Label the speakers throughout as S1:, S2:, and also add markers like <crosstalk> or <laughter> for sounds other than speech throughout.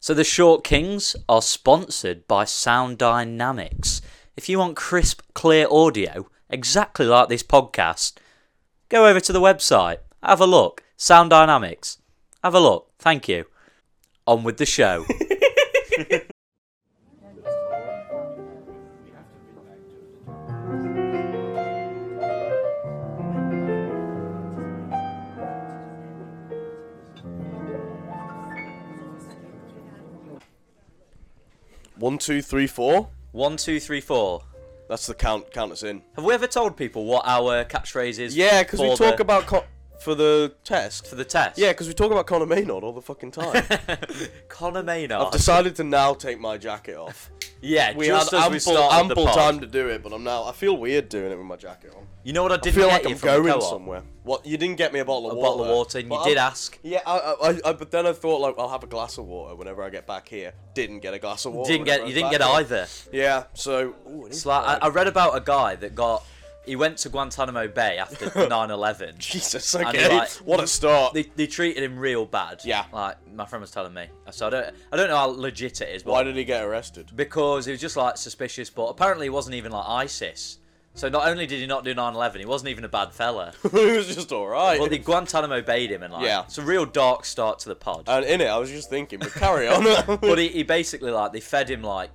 S1: So the Short Kings are sponsored by Sound Dynamics. If you want crisp, clear audio, exactly like this podcast, go over to the website, have a look. Sound Dynamics. Have a look. Thank you. On with the
S2: <laughs>
S1: show.
S2: One, two, three, four.
S1: One, two, three, four.
S2: That's the count. Count us in.
S1: Have we ever told people what our catchphrase is?
S2: Yeah, because we
S1: for
S2: talk
S1: the-
S2: about Con- for the test.
S1: for the test.
S2: Yeah, because we talk about Conor Maynard all the
S1: <laughs>
S2: fucking time.
S1: Connor
S2: I've
S1: Maynard.
S2: decided to now take my jacket off.
S1: yeah,
S2: We
S1: just
S2: had
S1: as
S2: ample,
S1: we started
S2: ample
S1: the pod.
S2: time to do it, but I'm now. I feel weird doing it with my jacket on.
S1: You know what I
S2: I
S1: didn't
S2: feel
S1: get
S2: like
S1: you
S2: I'm
S1: from the
S2: going
S1: co-op?
S2: somewhere. What? You didn't get me a bottle
S1: A
S2: of water.
S1: bottle of water, and you
S2: but
S1: did
S2: I'm-
S1: ask.
S2: Yeah, I, I, I, I- but then I thought like I'll have a glass of water whenever I get back here. Didn't get a glass of water.
S1: Didn't
S2: whenever
S1: get you
S2: I
S1: didn't
S2: was
S1: get
S2: back
S1: either.
S2: here. Yeah, so ooh, it is
S1: It's like
S2: cold.
S1: I, I read about a guy that got he went to Guantanamo Bay after
S2: <laughs>
S1: 9/11.
S2: <laughs> Jesus,
S1: I
S2: okay,
S1: know, like-
S2: what a start.
S1: They, they treated him real bad.
S2: Yeah.
S1: Like my friend was telling me. So I don't I don't know how legit it is, but
S2: Why did he get arrested?
S1: because he was just like suspicious, but apparently he wasn't even like ISIS. So not only did he not do 9/11, he wasn't even a bad
S2: <laughs>
S1: fella.
S2: it was just alright.
S1: Well, they Guantanamo Bayed him, and like
S2: Yeah. Uh,
S1: it's a real dark start to the pod.
S2: and in it, I was just thinking, but
S1: <laughs>
S2: carry on.
S1: but he, he basically like they fed him like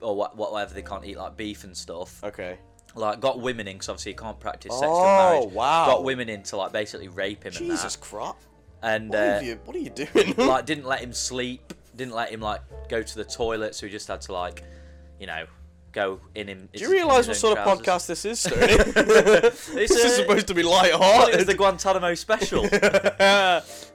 S1: or wha- whatever they can't eat like beef and stuff.
S2: <laughs> okay.
S1: like got women in because obviously you can't practice sex
S2: Oh,
S1: till marriage.
S2: wow.
S1: Got women in to like basically rape him
S2: Jesus Christ.
S1: and
S2: What,
S1: that,
S2: are
S1: and
S2: you, what are you <laughs> doing?
S1: uh, like didn't let him sleep, didn't let him like go to the toilet, so he just had to like, you know, go in him.
S2: Do you realise what sort of podcast
S1: <laughs>
S2: this is, Stoney? <laughs> this
S1: a-
S2: is supposed to be
S1: It was
S2: light-hearted.
S1: the Guantanamo
S2: <laughs>
S1: special. but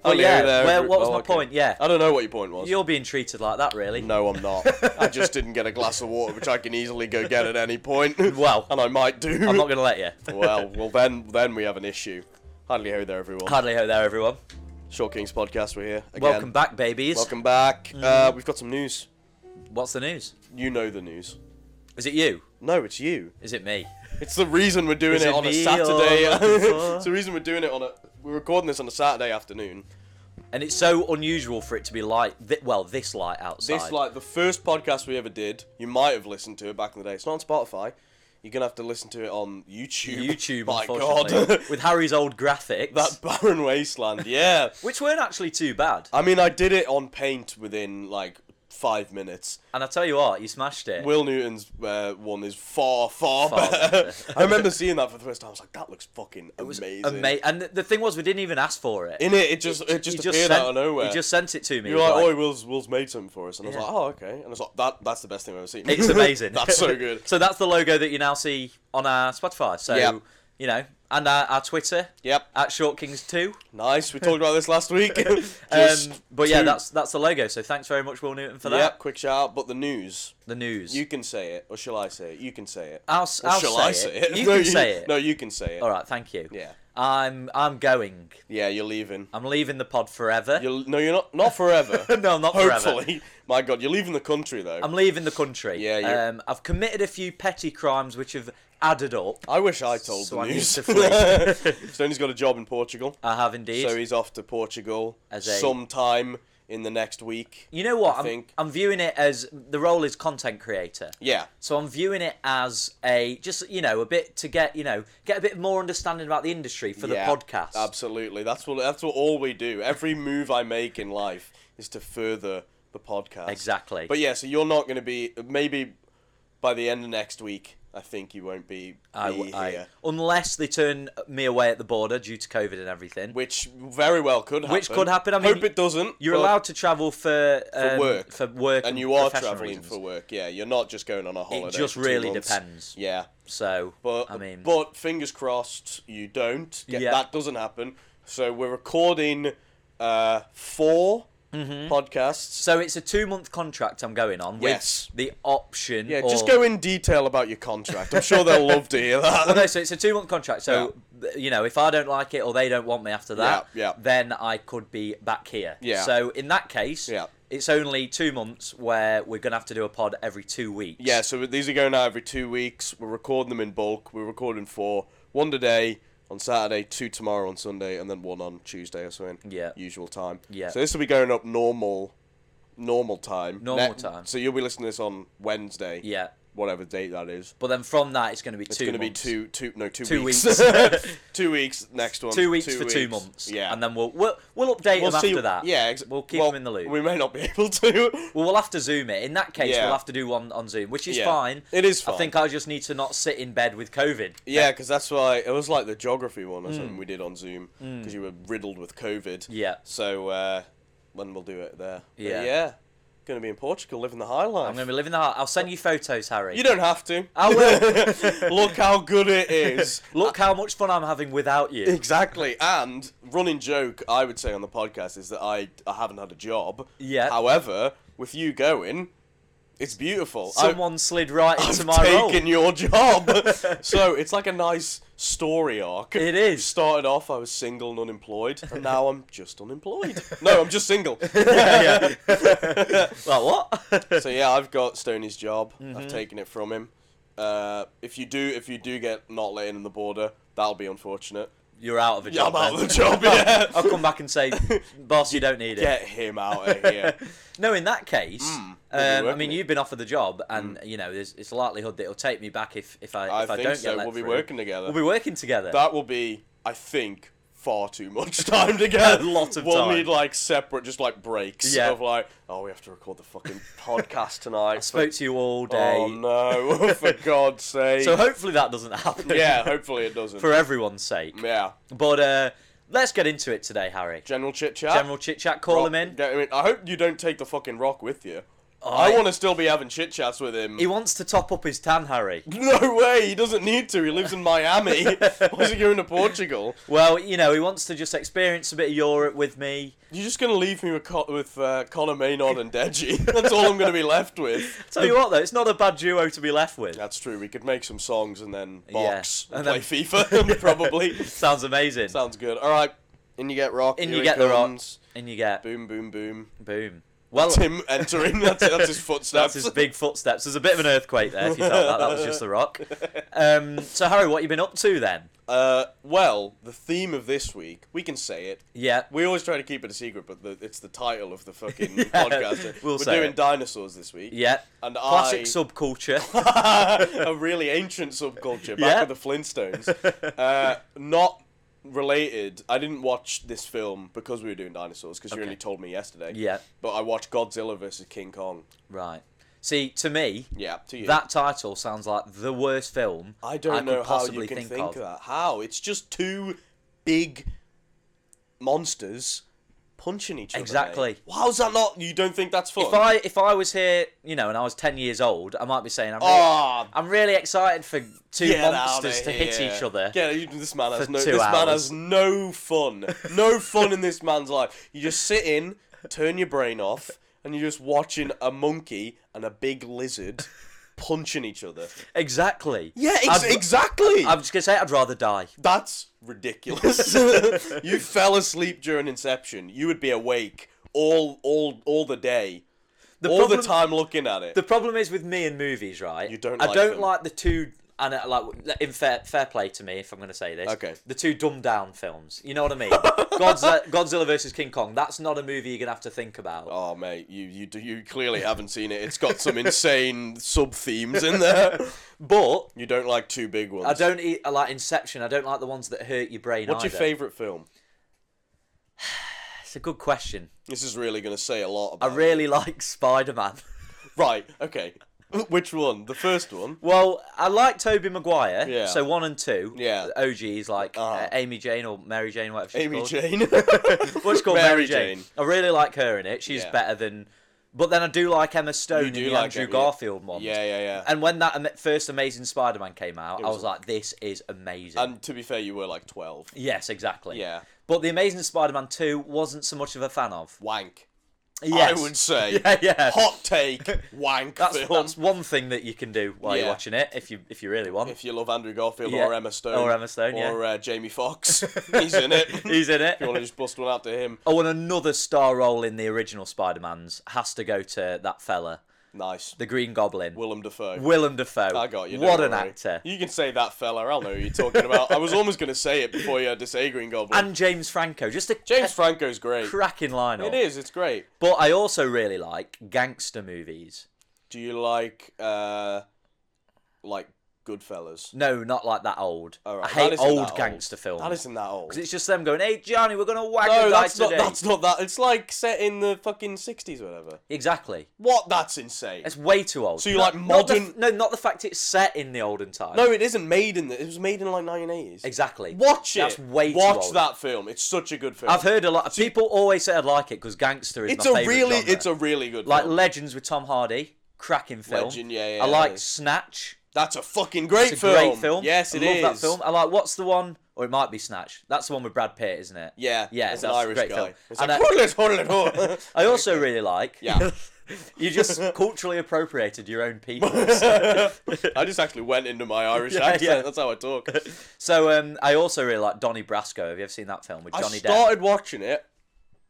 S2: Oh,
S1: yeah, where, what was my point? Yeah,
S2: I don't know what your point was.
S1: you're being treated like that, really.
S2: Oh, No,
S1: <laughs>
S2: I'm not. I just didn't get a glass of water, which I can easily go get at any point.
S1: <laughs> Well,
S2: and I might do.
S1: I'm not gonna let
S2: <laughs>
S1: you.
S2: well, well, then, then we have an issue. Hardly ho there, everyone.
S1: Hardly ho there, everyone.
S2: Short Kings podcast. We're here again.
S1: Welcome back, Mm. babies.
S2: Welcome back. Uh, we've got some news.
S1: What's the news?
S2: You know the news.
S1: Is it you?
S2: No, it's you.
S1: Is it me?
S2: It's the reason we're doing
S1: Is
S2: it
S1: it
S2: on a
S1: me
S2: Saturday.
S1: you're looking for? <laughs>
S2: <laughs> it's the reason we're doing it on a. We're recording this on a Saturday afternoon.
S1: And it's so unusual for it to be light. Th- well, this light outside.
S2: This like the first podcast we ever did. You might have listened to it back in the day. It's not on Spotify. You're gonna have to listen to it on YouTube.
S1: YouTube,
S2: <laughs> My
S1: unfortunately,
S2: God,
S1: with Harry's old graphics,
S2: that barren wasteland. Yeah.
S1: which weren't actually too bad.
S2: I mean, I did it on Paint within like five minutes.
S1: And I tell you what, you smashed it.
S2: Will Newton's uh, one is far, far,
S1: Far
S2: better.
S1: better.
S2: <laughs> I remember seeing that for the first time. I was like, that looks fucking
S1: It was
S2: amazing.
S1: ama- and th- the thing was, we didn't even ask for it.
S2: In it, it just it just
S1: he
S2: appeared
S1: sent,
S2: out of nowhere.
S1: He just sent it to me.
S2: You're like,
S1: like,
S2: oh, Will's Will's made something for us, and I
S1: Yeah.
S2: was like, oh, okay. And I was like, that that's the best thing I've ever seen. <laughs>
S1: it's amazing.
S2: that's
S1: <laughs>
S2: so good.
S1: so that's the logo that you now see on our Spotify. So
S2: Yep.
S1: you know, and our, our Twitter
S2: Yep,
S1: at Short Kings Two.
S2: nice. We talked about this last week.
S1: <laughs> Um,
S2: <laughs> Just
S1: but yeah,
S2: two-
S1: that's that's the logo. So thanks very much, Will Newton, for that.
S2: yep. Quick shout out, but the news.
S1: The news.
S2: You can say it, or shall I say it? You can say it.
S1: I'll, s-
S2: Or
S1: I'll
S2: shall
S1: say
S2: I
S1: it.
S2: say it?
S1: You
S2: <laughs> No,
S1: can say it.
S2: No, you can say it.
S1: All right, thank you.
S2: Yeah,
S1: I'm I'm going.
S2: yeah. You're leaving.
S1: I'm leaving the pod forever.
S2: You're, no, you're not. Not forever.
S1: no, <laughs> not
S2: Hopefully,
S1: forever.
S2: my God, you're leaving the country though.
S1: I'm leaving the country.
S2: Yeah, you're-
S1: Um, I've committed a few petty crimes which have added up.
S2: I wish I told
S1: So
S2: the
S1: I need
S2: news.
S1: to flee.
S2: <laughs> Stoney's got a job in Portugal,
S1: I have indeed.
S2: so he's off to Portugal
S1: As a-
S2: sometime in the next week.
S1: you know what?
S2: I
S1: I'm,
S2: think.
S1: I'm viewing it as the role is content creator.
S2: Yeah,
S1: So I'm viewing it as a just you know a bit to get you know get a bit more understanding about the industry for
S2: yeah,
S1: the podcast.
S2: Absolutely, that's what that's what all we do. Every move I make in life is to further the podcast.
S1: Exactly.
S2: But yeah, so you're not going to be maybe by the end of next week. I think you won't be,
S1: I
S2: be
S1: w- I-
S2: here,
S1: unless they turn me away at the border due to COVID and everything.
S2: which very well could happen.
S1: Which could happen, I mean,
S2: hope it doesn't.
S1: You're
S2: but-
S1: allowed to travel for um,
S2: work.
S1: for work,
S2: and you are
S1: professional
S2: traveling
S1: reasons.
S2: for work. Yeah, you're not just going on a holiday.
S1: It just
S2: for two
S1: really
S2: months.
S1: depends.
S2: Yeah,
S1: So
S2: but
S1: I mean,
S2: but fingers crossed you don't. Get,
S1: Yeah.
S2: That doesn't happen. So we're recording uh, 4 podcasts.
S1: Mm-hmm. So it's a two month contract I'm going on with
S2: Yes.
S1: the option.
S2: Yeah, just
S1: or-
S2: go in detail about your contract. I'm sure they'll love to hear
S1: <laughs>
S2: that.
S1: Well, no, so it's a two month contract. So, th- you know, if I don't like it or they don't want me after that,
S2: Yeah, yeah.
S1: then I could be back here.
S2: Yeah.
S1: So in that case,
S2: Yeah.
S1: it's only two months where we're going to have to do a pod every two weeks.
S2: <laughs> Yeah, so these are going out every two weeks. We're recording them in bulk. We're recording four, one today on Saturday, two tomorrow on Sunday, and then one on Tuesday or something.
S1: Yeah.
S2: Usual time.
S1: Yeah.
S2: So this will be going up normal normal time.
S1: Normal time.
S2: So you'll be listening to this on Wednesday.
S1: Yeah.
S2: Whatever date that is.
S1: But then from that, it's going to be
S2: It's
S1: two.
S2: going to be
S1: months.
S2: two, two, no, two,
S1: Two
S2: weeks.
S1: weeks.
S2: <laughs>
S1: <laughs>
S2: two weeks. Next one.
S1: Two weeks for two months.
S2: Yeah.
S1: And then we'll we'll, we'll update
S2: we'll
S1: them
S2: see.
S1: after that.
S2: Yeah. Ex-
S1: we'll keep
S2: well,
S1: them in the loop.
S2: We may not be able to.
S1: Well, we'll have to zoom it. In that case,
S2: Yeah.
S1: we'll have to do one on Zoom, which is
S2: Yeah.
S1: fine.
S2: It is
S1: I
S2: fine.
S1: think I just need to not sit in bed with COVID.
S2: Yeah, because that's why it was like the geography one
S1: Hmm.
S2: or something we did on Zoom because you were riddled with COVID.
S1: Yeah.
S2: So uh, when we'll do it there. But
S1: Yeah.
S2: yeah. Going to be in Portugal, living the high life.
S1: I'm going to be living the heart. I'll send you photos, Harry.
S2: You don't have to.
S1: I will.
S2: <laughs> Look how good it is.
S1: <laughs> Look how much fun I'm having without
S2: <laughs>
S1: you.
S2: Exactly. And running joke I would say on the podcast is that I, I haven't had a job.
S1: Yeah.
S2: However, with you going, it's beautiful. I-
S1: Someone slid right into
S2: I've
S1: my role.
S2: taken
S1: <laughs>
S2: your job. so it's like a nice story arc.
S1: It is.
S2: <laughs> Started off, I was single and unemployed, and now I'm just unemployed. No, I'm just
S1: <laughs>
S2: single.
S1: yeah, yeah. <laughs> well, what?
S2: so yeah, I've got Stoney's job.
S1: Mm-hmm.
S2: I've taken it from him. Uh, if you do, if you do get not let in on the border, that'll be unfortunate.
S1: You're out of a
S2: Yeah,
S1: job.
S2: I'm out of
S1: then.
S2: the
S1: <laughs>
S2: job. Yeah.
S1: I'll come back and say, boss, you don't need it.
S2: Get him out of
S1: <laughs>
S2: here.
S1: No, in that case,
S2: we'll be
S1: um, I
S2: working
S1: mean,
S2: Hmm, it.
S1: you've been offered the job, and you know, there's, it's a likelihood that it'll take me back if if I,
S2: I
S1: if I
S2: think
S1: don't
S2: so.
S1: get let
S2: We'll be
S1: through.
S2: working together.
S1: We'll be working together.
S2: That will be, I think, far too much <laughs> time together.
S1: <laughs> A lot of
S2: we'll
S1: time.
S2: need like separate, just like breaks
S1: Yeah.
S2: of like, oh, we have to record the
S1: <laughs>
S2: fucking podcast tonight.
S1: I spoke to you all day,
S2: Oh
S1: <laughs>
S2: no! <laughs> For God's sake.
S1: so hopefully that doesn't <laughs> happen.
S2: yeah, hopefully it doesn't.
S1: for everyone's sake.
S2: <laughs> yeah.
S1: But uh, let's get into it today, Harry.
S2: General chit chat.
S1: General chit chat. Call him in.
S2: Get him in. I hope you don't take the fucking rock with you.
S1: I-
S2: I want to still be having chit chats with him.
S1: He wants to top up his tan, Harry.
S2: <laughs> no way. He doesn't need to. He lives
S1: <laughs>
S2: in Miami. <laughs> Why is he going to Portugal?
S1: Well, you know, he wants to just experience a bit of Europe with me.
S2: You're just gonna leave me with Co- with uh, Connor Maynard and Deji. <laughs> That's all I'm gonna be left with.
S1: Tell you what, though, it's not a bad duo to be left with. <laughs>
S2: That's true. We could make some songs and then
S1: Yeah,
S2: box
S1: and
S2: and,
S1: then- <laughs>
S2: play FIFA <laughs> probably.
S1: Sounds amazing.
S2: Sounds good. All right, in you get rock.
S1: In
S2: here
S1: you
S2: it
S1: get the rock.
S2: comes.
S1: And you get boom.
S2: Boom, boom, boom.
S1: Well,
S2: <laughs> Tim entering. That's, that's his
S1: That's
S2: footsteps.
S1: his big footsteps. There's a bit of an earthquake there. If you felt that, that was just the <laughs> rock. Um, so Harry, what you been up to then?
S2: Uh, well, the theme of this week, we can say it.
S1: Yeah,
S2: We always try to keep it a secret, but the, it's the title of the
S1: <laughs>
S2: fucking
S1: Yeah,
S2: podcast.
S1: we'll
S2: We're
S1: say
S2: doing
S1: it.
S2: dinosaurs this week.
S1: yeah.
S2: And
S1: Classic
S2: I-
S1: subculture. <laughs>
S2: <laughs> a really ancient subculture back
S1: Yeah.
S2: with the Flintstones. Uh, not related. I didn't watch this film because we were doing dinosaurs because you
S1: Okay.
S2: only told me yesterday.
S1: Yeah.
S2: But I watched Godzilla versus King Kong.
S1: right. See, to me,
S2: Yeah, to you.
S1: that title sounds like the worst film
S2: I don't
S1: could
S2: know how you
S1: possibly
S2: can think,
S1: of.
S2: that. How? It's just two big monsters punching each other. mate.
S1: Exactly.
S2: How's that not? You don't think that's fun?
S1: If I if I was here, you know, and I was ten years old, I might be saying I'm. Really,
S2: Ah,
S1: I'm really excited for two
S2: Get
S1: monsters
S2: outta
S1: to hit
S2: here.
S1: each other.
S2: Get you- this man has
S1: for
S2: no.
S1: two
S2: This man
S1: hours.
S2: has no fun. No fun in this man's life. You just sit in, turn your brain off, and you're just watching a monkey and a big lizard punching each other.
S1: Exactly.
S2: Yeah,
S1: I'd-
S2: ex- exactly.
S1: I'm just gonna say I'd rather die.
S2: That's
S1: <laughs>
S2: ridiculous. you fell asleep during Inception. You would be awake all all all the day, all
S1: problem-
S2: the time looking at it.
S1: The problem is with me and movies, right?
S2: You don't
S1: I
S2: like
S1: don't
S2: them.
S1: like the two. And uh, like in fair, fair play to me, if I'm going to say this,
S2: Okay.
S1: the two dumbed down films. You know what I mean? <laughs> Godzilla, Godzilla versus King Kong. That's not a movie you're going to have to think about.
S2: Oh mate, you you do, you clearly haven't seen it. It's got some <laughs> insane sub themes in there.
S1: But
S2: You don't like two big ones.
S1: I don't eat I like Inception. I don't like the ones that hurt your brain.
S2: What's your
S1: either.
S2: favorite film?
S1: It's a good question.
S2: This is really gonna say a lot
S1: I
S2: about. <laughs>
S1: really like Spider Man.
S2: right. Okay. <laughs> Which one? The first one.
S1: Well, I like Toby Maguire.
S2: Yeah.
S1: So one and two.
S2: Yeah.
S1: the OGs like uh
S2: Uh-huh.
S1: Amy Jane or Mary Jane, <laughs> whatever she's
S2: Amy
S1: called.
S2: Jane.
S1: What's called Mary,
S2: Mary
S1: Jane.
S2: Jane.
S1: I really like her in it. She's
S2: Yeah.
S1: better than. But then I do like Emma Stone
S2: You do
S1: in the
S2: like
S1: Andrew
S2: Emma-
S1: Garfield one.
S2: <laughs> yeah, yeah, yeah. And,
S1: And when that ama- first Amazing Spider-Man came out, I
S2: was
S1: was like, "This is amazing."
S2: to be fair, you were like twelve.
S1: yes, exactly.
S2: Yeah.
S1: But the Amazing Spider-Man two wasn't so much of a fan of.
S2: Wank.
S1: Yes.
S2: I would say.
S1: <laughs> Yeah, yeah.
S2: Hot take.
S1: <laughs>
S2: Wank
S1: that's,
S2: film.
S1: that's one thing that you can do while you're
S2: Yeah.
S1: watching it, if you if you really want.
S2: If you love Andrew Garfield
S1: Yeah.
S2: or Emma Stone.
S1: Or Emma Stone, yeah.
S2: Or uh,
S1: <laughs>
S2: Jamie Foxx. He's in it. <laughs>
S1: He's in it.
S2: If you want to just bust one out to him.
S1: Oh, and another star role in the original Spider-Man's has to go to that fella.
S2: Nice.
S1: the Green Goblin.
S2: Willem Dafoe.
S1: Willem Dafoe.
S2: I got you.
S1: What
S2: don't
S1: an
S2: worry.
S1: actor.
S2: You can say that fella. I'll know who you're talking about. I was almost going to say it before you had to say Green Goblin.
S1: And James Franco, just a
S2: James Franco's great.
S1: cracking lineup.
S2: It is. It's great.
S1: But I also really like gangster movies.
S2: Do you like uh, like Goodfellas?
S1: No, not like that old.
S2: All
S1: I
S2: right, that
S1: hate
S2: isn't that
S1: old
S2: old.
S1: gangster films.
S2: That isn't that old.
S1: 'Cause it's just them going, "Hey Johnny, we're gonna whack
S2: No,
S1: a guy
S2: that's not.
S1: today."
S2: That's not that. It's like set in the fucking sixties, or whatever.
S1: Exactly.
S2: What? That's insane.
S1: It's way too old.
S2: So you
S1: Not-
S2: like
S1: not the f-
S2: modern-
S1: no, not the fact it's set in the olden time.
S2: no, it isn't made in. The, it was made in like nineteen eighties.
S1: exactly.
S2: Watch it.
S1: That's way too
S2: Watch
S1: old.
S2: that film. It's such a good film.
S1: I've heard a lot. of People always say I would like it because gangster is
S2: it's
S1: my
S2: a
S1: favorite
S2: really,
S1: genre.
S2: it's a really good.
S1: like
S2: film.
S1: Legends with Tom Hardy, cracking film.
S2: Legend, yeah, yeah,
S1: I like
S2: yeah.
S1: Snatch.
S2: That's a fucking great
S1: It's a
S2: film.
S1: great film.
S2: Yes,
S1: I
S2: it is.
S1: love that film. I like what's the one, or it might be Snatch. That's the one with Brad Pitt, isn't it?
S2: Yeah,
S1: yeah.
S2: it's
S1: That's
S2: an
S1: a
S2: Irish
S1: great
S2: guy.
S1: film.
S2: It's
S1: And
S2: like,
S1: I-
S2: "Hold it, hold it,
S1: <laughs>
S2: hold it."
S1: I also really like.
S2: Yeah. <laughs>
S1: you just culturally appropriated your own
S2: <laughs>
S1: people. <laughs> So,
S2: I just actually went into my Irish
S1: Yeah,
S2: accent.
S1: yeah.
S2: That's how I talk.
S1: so, um, I also really like Donnie Brasco. Have you ever seen that film with Johnny
S2: I
S1: Depp?
S2: started watching it,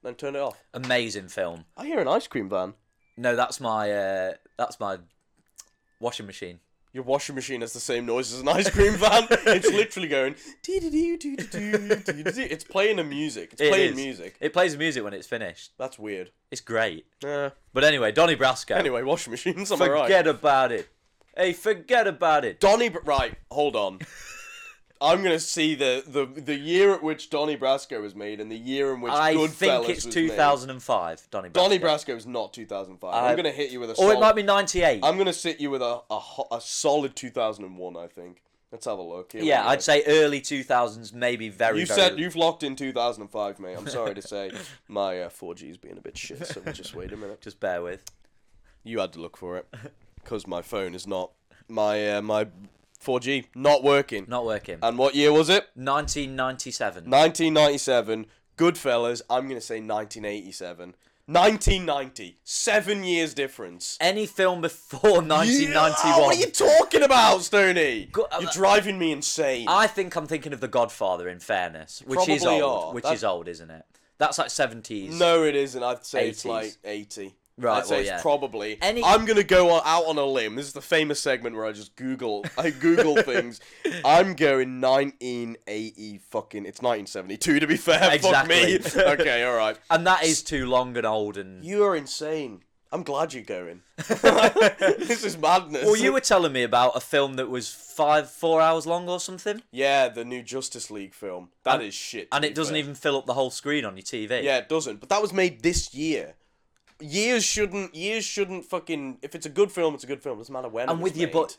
S2: then turned it off.
S1: Amazing film.
S2: I hear an ice cream van.
S1: No, that's my uh, that's my washing machine.
S2: Your washing machine has the same noise as an ice cream
S1: <laughs>
S2: van. it's literally going. "Dee-dee-doo, doo-doo-doo, doo-doo-doo." It's playing a music. It's
S1: It
S2: playing
S1: is.
S2: music.
S1: It plays music when it's finished.
S2: That's weird.
S1: It's great.
S2: Yeah.
S1: But anyway, Donnie Brasco.
S2: Anyway, washing machines. Am I right?
S1: forget about it. Hey, forget about it.
S2: Donny, Br- right? Hold on. <laughs> I'm gonna see the, the the year at which Donny Brasco was made and the year in which
S1: I
S2: Goodfellas
S1: think it's
S2: was
S1: 2005, Donnie Brasco.
S2: Made. Donny Brasco is not 2005.
S1: I-
S2: I'm gonna hit you with a.
S1: Or
S2: solid-
S1: it might be 98.
S2: I'm gonna sit you with a a, ho- a solid 2001. I think. Let's have a look. Here we
S1: yeah,
S2: go.
S1: I'd say early 2000s, maybe very,
S2: You
S1: very...
S2: said you've locked in 2005, mate. I'm sorry
S1: <laughs>
S2: to say, my uh, 4G is being a bit shit. So we'll just wait a minute.
S1: Just bear with.
S2: You had to look for it, because my phone is not my uh, my 4G not working.
S1: Not working.
S2: And what year was it?
S1: 1997.
S2: 1997, Goodfellas, I'm going to say 1987. 1990, seven years difference.
S1: Any film before 1991.
S2: Yeah, what are you talking about, Stoney?
S1: Go- uh,
S2: You're driving me insane.
S1: I think I'm thinking of The Godfather, in fairness, which is
S2: Probably
S1: old.
S2: are.
S1: Which
S2: That-
S1: is old, isn't it? That's like 70s.
S2: no, it isn't. I'd say it's
S1: 80s.
S2: like 80.
S1: Right,
S2: I'd say
S1: well,
S2: it's
S1: yeah.
S2: probably.
S1: Any-
S2: I'm gonna go on, out on a limb. This is the famous segment where I just Google. I Google
S1: <laughs>
S2: things. I'm going 1980. Fucking, it's 1972 to be fair. <laughs> Fuck me.
S1: Exactly.
S2: <laughs> okay, all right.
S1: And that is too long and old and...
S2: You are insane. I'm glad you're
S1: <laughs>
S2: going. <laughs> this is madness.
S1: Well, you were telling me about a film that was five, four hours long or something,
S2: Yeah, the new Justice League film. That is shit. to
S1: and
S2: be
S1: it doesn't
S2: fair.
S1: even fill up the whole screen on your TV.
S2: Yeah, it doesn't. But that was made this year. Years shouldn't. Years shouldn't fucking. If it's a good film, it's a good film. doesn't matter when.
S1: and
S2: it
S1: with
S2: was
S1: your
S2: made.
S1: but,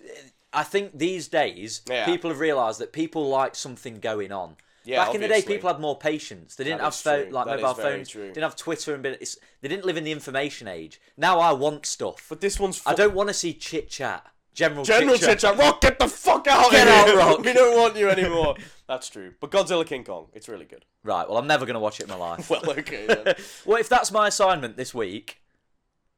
S1: I think these days
S2: Yeah.
S1: people have realised that people like something going on.
S2: Yeah,
S1: Back in the day,
S2: obviously.
S1: people had more patience. They didn't
S2: That
S1: have
S2: is
S1: phone,
S2: true.
S1: like
S2: That is
S1: mobile
S2: very
S1: phones.
S2: true.
S1: Didn't have Twitter and bit. It's, they didn't live in the information age. Now I want stuff.
S2: But this one's. Fu-
S1: I don't want to see chit chat. General
S2: General
S1: chit chat.
S2: Chicha, Rock, get the fuck out of
S1: Get out,
S2: here!
S1: Rock.
S2: <laughs> We don't want you anymore. <laughs> That's true. But Godzilla King Kong, it's really good.
S1: Right. Well, I'm never gonna watch it in my life.
S2: <laughs> Well, okay <laughs> then.
S1: well, if that's my assignment this week,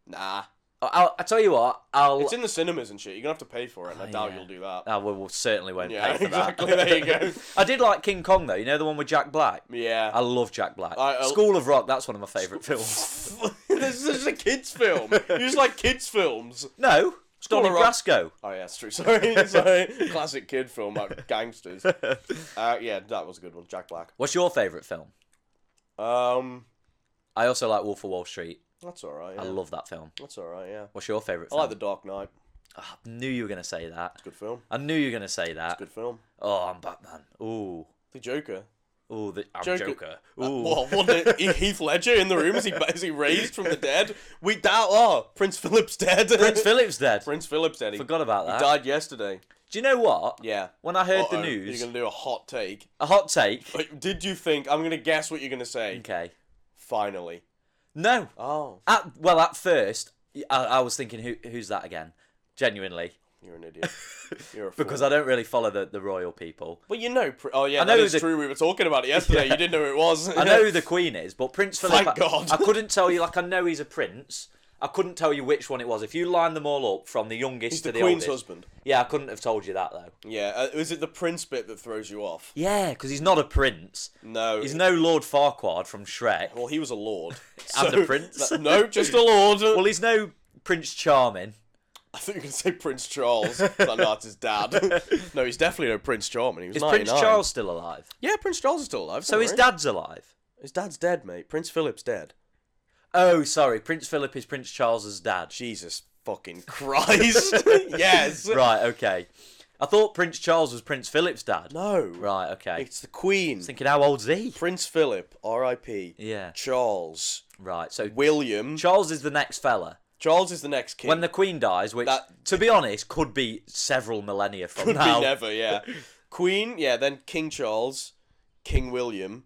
S2: nah.
S1: I- I'll, I tell you what. I'll.
S2: It's in the cinemas and shit. You're gonna have to pay for it, and I Oh, doubt
S1: yeah.
S2: you'll do that.
S1: I will, will certainly won't
S2: Yeah,
S1: pay for
S2: <laughs> exactly,
S1: that.
S2: there you go.
S1: <laughs> I did like King Kong though. You know the one with Jack Black.
S2: <laughs> Yeah.
S1: I love Jack Black.
S2: I- uh, I-
S1: School of Rock. That's one of my favorite films.
S2: <laughs> this is a kids' film. You just like kids' films.
S1: No, it's Donnie
S2: of Rock.
S1: Brasco.
S2: Oh yeah, that's true. <laughs> Sorry, sorry. Classic kid film <laughs> about gangsters. Uh, yeah, that was a good one. Jack Black.
S1: <laughs> What's your favorite film?
S2: Um,
S1: I also like Wolf of Wall Street.
S2: that's all right.
S1: I
S2: Yeah.
S1: love that film.
S2: That's all right. Yeah.
S1: What's your favorite
S2: I
S1: film?
S2: like The Dark Knight.
S1: Ah, I knew you were gonna say that.
S2: Good film.
S1: I knew you were gonna say that.
S2: Good film.
S1: Oh, I'm Batman. Ooh,
S2: The Joker.
S1: ooh, the, I'm
S2: Joker- Uh,
S1: Joker. Ooh,
S2: What? What? The, E- Heath Ledger in the room? Is he is he raised from the dead? We doubt. Oh, Prince Philip's dead.
S1: Prince Philip's dead.
S2: Prince Philip's dead.
S1: <laughs>
S2: He
S1: Forgot about
S2: He
S1: that.
S2: died yesterday.
S1: Do you know what?
S2: Yeah.
S1: When I heard
S2: Uh-oh,
S1: the news,
S2: You're gonna do a hot take.
S1: a hot take.
S2: But did you think I'm gonna guess what you're gonna say?
S1: Okay.
S2: Finally.
S1: No.
S2: Oh,
S1: At, well, at first, I, I was thinking, who, who's that again? Genuinely,
S2: you're
S1: <laughs>
S2: an idiot. You're a fool.
S1: because I don't really follow the, the royal people.
S2: Well, you know, pr- oh yeah,
S1: know
S2: that is
S1: the-
S2: true. We were talking about
S1: <laughs>
S2: it yesterday. You didn't know who it was.
S1: I know
S2: <laughs>
S1: who the queen is, but Prince Philip.
S2: Thank
S1: I-
S2: God.
S1: I, couldn't tell you. Like I know he's a prince. I couldn't tell you which one it was. If you line them all up from the youngest
S2: He's
S1: to
S2: the,
S1: the,
S2: Queen's
S1: oldest,
S2: husband.
S1: yeah, I couldn't have told you that though.
S2: Yeah, uh, is it the prince bit that throws you off?
S1: Yeah, because he's not a prince.
S2: No.
S1: He's no Lord Farquaad from Shrek.
S2: Well, he was a lord.
S1: <laughs> And
S2: So-
S1: a prince.
S2: <laughs> no, just a lord.
S1: Well, he's no Prince Charming.
S2: I thought you were going to say Prince Charles. 'cause I know that's
S1: <laughs>
S2: his dad. no, he's definitely no Prince Charming. He was
S1: Is
S2: 99.
S1: Prince Charles still alive?
S2: Yeah, Prince Charles is still alive.
S1: So
S2: don't
S1: his
S2: worry.
S1: dad's alive.
S2: His dad's dead, mate. Prince Philip's dead.
S1: Oh, sorry. Prince Philip is Prince Charles's
S2: <laughs>
S1: dad.
S2: Jesus fucking
S1: <laughs>
S2: Christ. yes.
S1: Right, okay. I thought Prince Charles was Prince Philip's dad.
S2: No.
S1: Right, okay.
S2: It's the Queen.
S1: Thinking, how old's he?
S2: Prince Philip, R.I.P.
S1: Yeah. Uh,
S2: Charles.
S1: Right, so
S2: William.
S1: Charles is the next fella.
S2: Charles is the next king. <laughs>
S1: When the Queen dies, which,
S2: That-
S1: to be honest, could be several millennia from
S2: Would be
S1: now.
S2: never,
S1: <laughs>
S2: yeah. Queen, yeah, then King Charles, King William,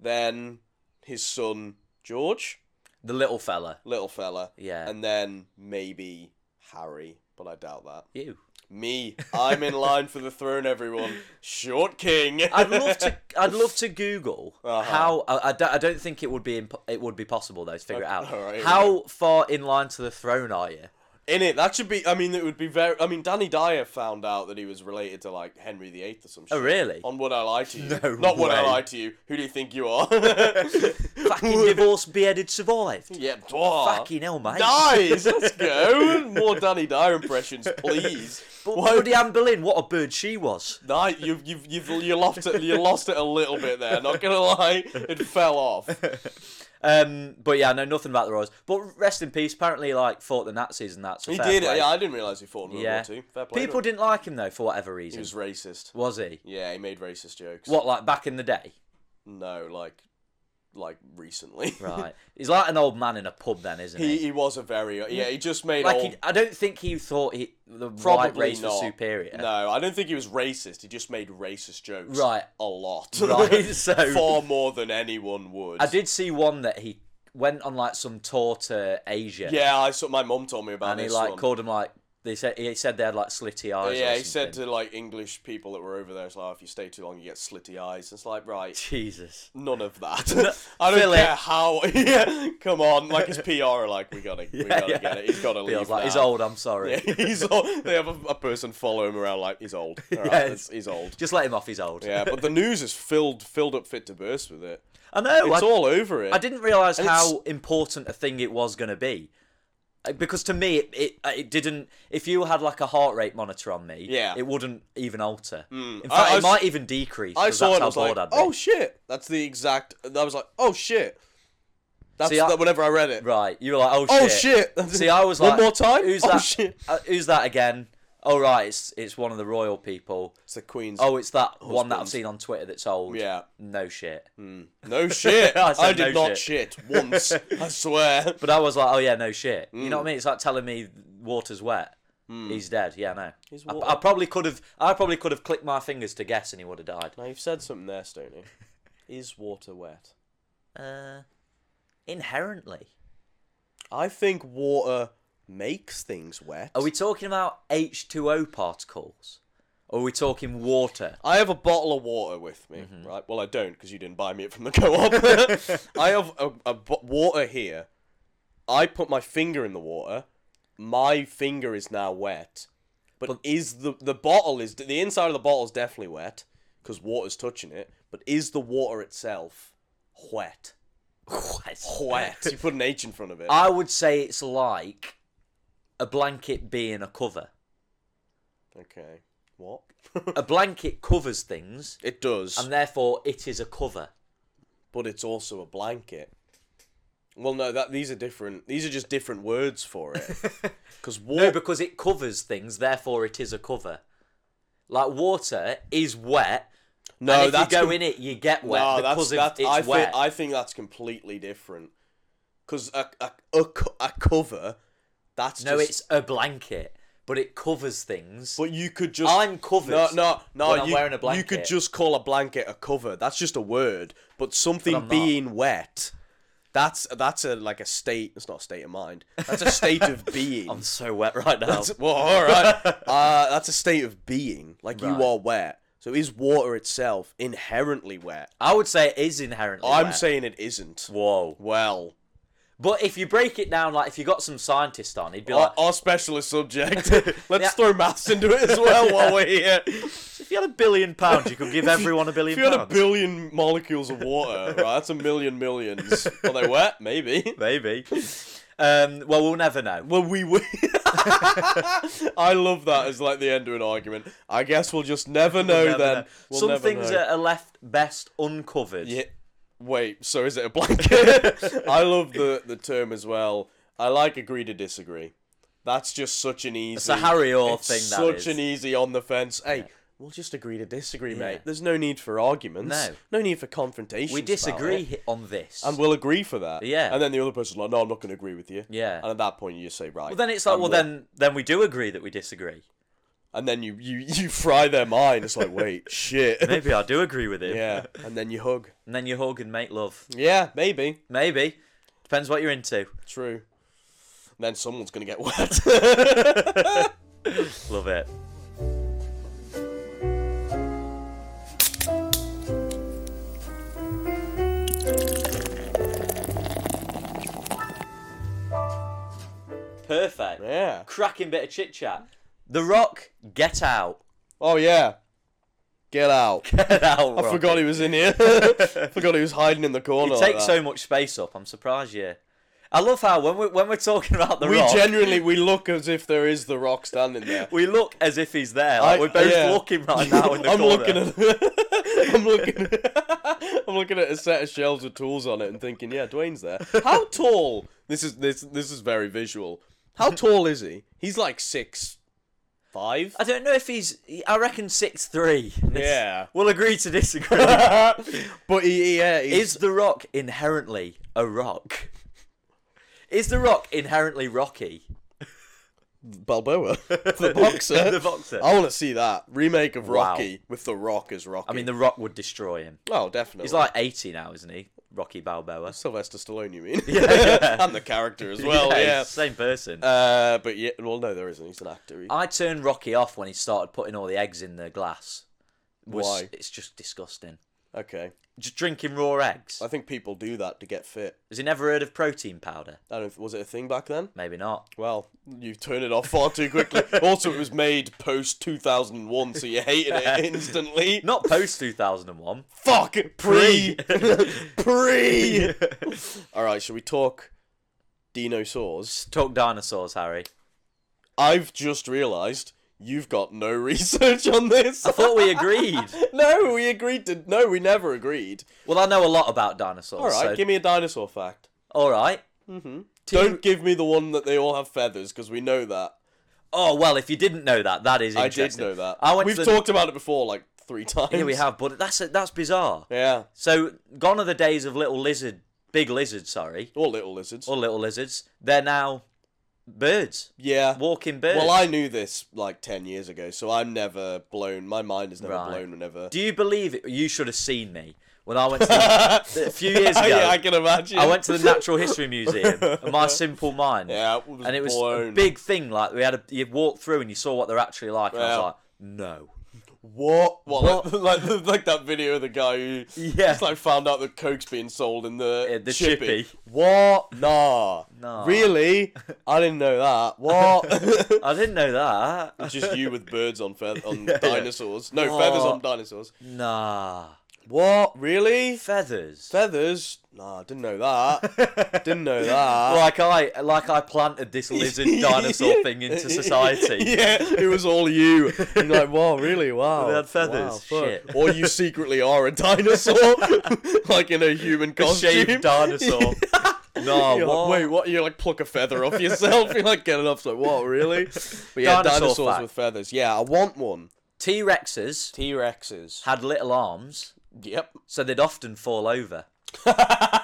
S2: then his son George,
S1: The little fella.
S2: little fella.
S1: Yeah.
S2: And then maybe Harry, but I doubt that.
S1: You.
S2: Me, I'm in line for the throne, everyone. Short king.
S1: I'd love to. I'd love to Google
S2: Uh-huh.
S1: how. I, I don't, I don't think it would be. Imp- it would be possible though to figure it out.
S2: all right, here we
S1: how far in line to the throne are you?
S2: <laughs> In it, that should be. I mean, it would be very. I mean, Danny Dyer found out that he was related to like Henry VIII or some shit.
S1: Oh
S2: <laughs>
S1: really?
S2: On Would I Lie to You?
S1: No
S2: Not Would I
S1: way.
S2: Lie to You. Who do you think you
S1: <laughs>
S2: are?
S1: Fucking divorced, beheaded, survived.
S2: yeah, dwarf.
S1: Fucking hell, mate.
S2: Nice. Let's
S1: <laughs>
S2: go. More Danny Dyer impressions, please.
S1: But
S2: Why-
S1: Bloody Anne Boleyn, what a bird she was.
S2: Nah, you've you've you've you lost it. You lost it a little bit there. Not gonna lie, it fell off.
S1: Um, but yeah, I know nothing about the royals. But rest in peace. Apparently, like fought the Nazis and that. So
S2: He
S1: fair
S2: did.
S1: play.
S2: Yeah, I didn't realize he fought in World
S1: Yeah.
S2: War Two. Fair play. to
S1: People
S2: him.
S1: didn't like him though for whatever
S2: He
S1: reason.
S2: was racist.
S1: Was he?
S2: Yeah, he made racist jokes.
S1: What like back in the day?
S2: No, like, like recently.
S1: Right. He's like an old man in a pub then, isn't
S2: <laughs> He,
S1: he?
S2: he was a very yeah. He just made
S1: Like
S2: old.
S1: he, I don't think he thought he the white
S2: Probably
S1: race was
S2: not.
S1: superior.
S2: No, I don't think he was racist. He just made racist jokes.
S1: Right.
S2: A lot. <laughs>
S1: Right, so-
S2: far more than anyone would.
S1: I did see one that he went on like some tour to Asia.
S2: Yeah, I saw. My mum told me about
S1: And he
S2: this
S1: like
S2: one.
S1: called him like they said he said they had like slitty eyes. or
S2: yeah, he said
S1: something.
S2: to like English people that were over there, it's like, oh, if you stay too long, you get slitty eyes. It's like, right,
S1: Jesus.
S2: none of that. <laughs> I don't
S1: Philip.
S2: care how. <laughs> yeah, come on, like his PR, are like we gotta, we gotta
S1: yeah.
S2: get it. He's gotta
S1: <laughs>
S2: leave.
S1: Feels like he's
S2: now."
S1: old, I'm sorry.
S2: Yeah, <laughs> he's old. They have a, a person follow him around like he's old. All right,
S1: Yeah,
S2: that's- he's old.
S1: Just let him off he's old.
S2: Yeah, but the news is filled filled up fit to burst with it.
S1: I know.
S2: It's
S1: Oh, I,
S2: all over it.
S1: I didn't realise
S2: it's-
S1: how important a thing it was going to be. Uh, Because to me, it, it uh, it didn't. If you had like a heart rate monitor on me,
S2: Yeah. Hmm.
S1: it wouldn't even alter. In
S2: I-
S1: fact,
S2: I
S1: it
S2: s-
S1: might even decrease.
S2: I
S1: 'cause
S2: saw
S1: that's
S2: it. and I was
S1: how bored
S2: like,
S1: I'd be.
S2: oh shit! That's the exact. I was like, oh shit. That's
S1: See, I-
S2: that. Whenever I read it,
S1: Right, you were like, oh shit.
S2: oh shit.
S1: See, I was
S2: one
S1: like,
S2: more time.
S1: Who's
S2: oh
S1: that?
S2: shit.
S1: uh, who's that again? Oh right, it's it's one of the royal people.
S2: It's the Queen's.
S1: Oh, it's that one that I've
S2: Husband.
S1: seen on Twitter that's old.
S2: <laughs> Yeah.
S1: No shit.
S2: no shit! I,
S1: <laughs> I said
S2: did
S1: no
S2: not shit, once.
S1: <laughs>
S2: I swear.
S1: But I was like, oh yeah, no shit. You
S2: Mm.
S1: know what I mean? It's like telling me water's wet. He's dead. Yeah, no.
S2: He's
S1: I,
S2: water.
S1: I probably could have. I probably could have clicked my fingers to guess, and he would have died.
S2: Now you've said something there, Stoney. <laughs> Is water wet?
S1: Uh, inherently,
S2: I think water makes things wet.
S1: are we talking about H two O particles, or are we talking water?
S2: I have a bottle of water with me,
S1: Mm-hmm.
S2: right? Well, I don't because you didn't buy me it from the <laughs>
S1: <laughs>
S2: co-op. I have a, a bo- water here. I put my finger in the water. My finger is now wet, but, is the the bottle is the inside of the bottle is definitely wet because water's touching it. But is the water itself
S1: <laughs>
S2: wet? Wet. you put an H in front of it.
S1: I would say it's like a blanket being a cover.
S2: okay. What? <laughs>
S1: A blanket covers things,
S2: it does,
S1: and therefore it is a cover.
S2: but it's also a blanket. Well, no, that these are different. These are just different words for it.
S1: <laughs>
S2: Because water.
S1: No, because it covers things, therefore it is a cover. Like water is wet.
S2: No,
S1: and if
S2: that's
S1: you go
S2: com-
S1: in it, you get wet
S2: no,
S1: because
S2: that's,
S1: of-
S2: that's
S1: it's
S2: I
S1: wet.
S2: think I think that's completely different. Because a, a, a, co- a cover, that's
S1: no,
S2: just,
S1: it's a blanket, but it covers things.
S2: But you could just
S1: I'm covered.
S2: no no no.
S1: when
S2: you,
S1: I'm wearing a
S2: you could
S1: blanket.
S2: just call a blanket a cover. That's just a word. But something
S1: I'm not.
S2: being wet, that's that's a like a state. It's not a state of mind. That's a state of
S1: <laughs>
S2: being.
S1: I'm so wet right now.
S2: That's- well, all <laughs> right. Uh, that's a state of being. Like
S1: Right.
S2: you are wet. So is water itself inherently wet?
S1: I would say it is inherently.
S2: I'm
S1: wet.
S2: saying it isn't.
S1: whoa.
S2: Well,
S1: But if you break it down, like if you got some scientist on, he'd be
S2: our,
S1: like,
S2: our specialist <laughs> subject. Let's
S1: Yeah.
S2: throw maths into it as well while we're <laughs> here.
S1: if you had a billion pounds, you could give everyone a
S2: <laughs> If
S1: billion
S2: you had a
S1: pounds.
S2: billion <laughs> molecules of water, right? That's a million millions. Are they wet? Maybe.
S1: Maybe. Um, well, we'll never know.
S2: Well, we will. <laughs> I love that as like the end of an argument. I guess we'll just never know
S1: We'll never
S2: then.
S1: know.
S2: We'll
S1: Some
S2: never
S1: things
S2: know.
S1: are left best uncovered.
S2: Yeah. Wait, so is it a blanket? <laughs> I love the the term as well. I like agree to disagree. That's just such an easy.
S1: a Harry Orr
S2: it's
S1: thing, that is.
S2: Such an easy on the fence. Hey, we'll just agree to disagree,
S1: Yeah.
S2: mate. There's no need for arguments.
S1: No.
S2: No need for confrontation.
S1: We disagree hi- on this.
S2: and we'll agree for that.
S1: Yeah.
S2: And then the other person's like, no, I'm not going to agree with you.
S1: Yeah.
S2: And at that point, you just say, right.
S1: well, then it's like,
S2: I'm
S1: well,
S2: with-
S1: then then we do agree that we
S2: <laughs>
S1: disagree.
S2: And then you you you fry their mind. It's
S1: <laughs>
S2: like, wait, shit.
S1: Maybe I do agree with him.
S2: Yeah. And then you hug.
S1: And then you hug and make love.
S2: Yeah, maybe.
S1: Maybe. Depends what you're into.
S2: True. Then someone's gonna get <laughs> wet.
S1: Love it. Perfect.
S2: yeah.
S1: Cracking bit of chit chat. The Rock, get out. <laughs>
S2: Oh yeah. Get out.
S1: Get out,
S2: I
S1: Rock.
S2: forgot he was
S1: <laughs>
S2: in here. <laughs> forgot he was hiding in the corner.
S1: You
S2: like
S1: take
S2: that.
S1: so much space up. I'm surprised you. I love how when we're, when we're talking about The
S2: we
S1: Rock,
S2: genuinely we look as if there is the rock standing there.
S1: we look as if he's there. Like
S2: I-
S1: we're both
S2: yeah.
S1: looking right now in the
S2: <laughs> I'm
S1: corner.
S2: looking at <laughs> I'm looking I'm looking at <laughs> a set of shelves with tools on it and thinking, yeah, Dwayne's there.
S1: <laughs>
S2: How tall this is this this is very visual. How tall is he? He's like six five.
S1: I don't know if he's. I reckon six three.
S2: Yeah.
S1: We'll agree to
S2: <laughs>
S1: disagree.
S2: but he, yeah, he's,
S1: Is The Rock inherently a rock? Is The Rock inherently rocky?
S2: Balboa,
S1: <laughs>
S2: the boxer.
S1: The boxer.
S2: I want to see that remake of
S1: Wow.
S2: Rocky with the Rock as Rocky.
S1: I mean, The Rock would destroy him.
S2: oh, definitely.
S1: He's like 80 now, isn't he? Rocky Balboa.
S2: Sylvester Stallone. You mean?
S1: <laughs> yeah.
S2: <laughs> and the
S1: <laughs>
S2: character as well.
S1: he's Uh,
S2: Yeah.
S1: the Same person.
S2: Uh, but yeah, well, no, there isn't. He's an actor. He-
S1: I turned Rocky off when he started putting all the eggs in the glass. Was-
S2: Why?
S1: It's just disgusting.
S2: okay,
S1: Just drinking raw eggs.
S2: I think people do that to get fit.
S1: Has he never heard of protein powder?
S2: I don't. Was it a thing back then?
S1: Maybe not.
S2: Well, you turn it off far too
S1: <laughs>
S2: quickly. also, it was made post two thousand and one, so you hated
S1: <laughs>
S2: it instantly.
S1: Not post <laughs> 2001.
S2: fuck pre
S1: <laughs> Pre.
S2: <laughs> pre. All right, shall we talk dinosaurs?
S1: Talk dinosaurs, Harry.
S2: I've just realised you've got no <laughs> research on this.
S1: I thought we agreed.
S2: no, we agreed to. No, we never agreed.
S1: Well, I know a lot about dinosaurs.
S2: All right,
S1: so-
S2: give me a dinosaur fact.
S1: all right. Mm-hmm.
S2: Don't give me the one that they all have feathers because we know that.
S1: Oh well, if you didn't know that, that is
S2: I did
S1: interesting.
S2: know that.
S1: I went
S2: We've
S1: to the-
S2: talked about it before like three times.
S1: Here we have, but that's that's bizarre.
S2: Yeah,
S1: So gone are the days of little lizard, big lizards, sorry,
S2: or little lizards.
S1: or little lizards. They're now birds,
S2: yeah.
S1: walking birds.
S2: Well, I knew this like ten years ago, so I'm never blown. My mind is never
S1: Right.
S2: blown whenever.
S1: Do you believe it? You should have seen me when I went to
S2: <laughs>
S1: the, <laughs> a few years ago.
S2: yeah, I can imagine.
S1: I went to the Natural History Museum, and my simple mind.
S2: <laughs> Yeah, it was
S1: and it was a
S2: blown.
S1: big thing. Like we had a, you walked through and you saw what they're actually like, and I
S2: Yeah.
S1: was like, no.
S2: What? What?
S1: What?
S2: Like, <laughs> like, like that video of the guy who
S1: Yeah.
S2: just like found out that coke's being sold in the
S1: Yeah, the chippy.
S2: What? Nah.
S1: Nah. <laughs>
S2: Really? I didn't know that. What?
S1: I didn't know that. <laughs>
S2: just you with birds on feath- on
S1: Yeah.
S2: dinosaurs. No feathers
S1: What?
S2: on dinosaurs.
S1: Nah.
S2: What? Really?
S1: Feathers.
S2: Feathers? Nah, didn't know
S1: <laughs>
S2: that. didn't know that.
S1: like I like I planted this lizard dinosaur thing into society.
S2: <laughs> yeah, it was all you. You're like, wow, really? Wow.
S1: They had <laughs> feathers.
S2: Wow, fuck."
S1: Shit.
S2: Or you secretly are
S1: <laughs>
S2: a dinosaur, <laughs> like in a human
S1: A
S2: costume. <laughs>
S1: shaved dinosaur. no,
S2: You're
S1: what?
S2: like, wait, what? You like pluck a feather off yourself? <laughs> You're like, get it off. It's like, what? Really? But yeah,
S1: Dinosaur
S2: dinosaurs
S1: fact.
S2: with feathers. Yeah, I want one.
S1: T Rexes
S2: T Rexes.
S1: had little arms,
S2: Yep.
S1: so they'd often fall over.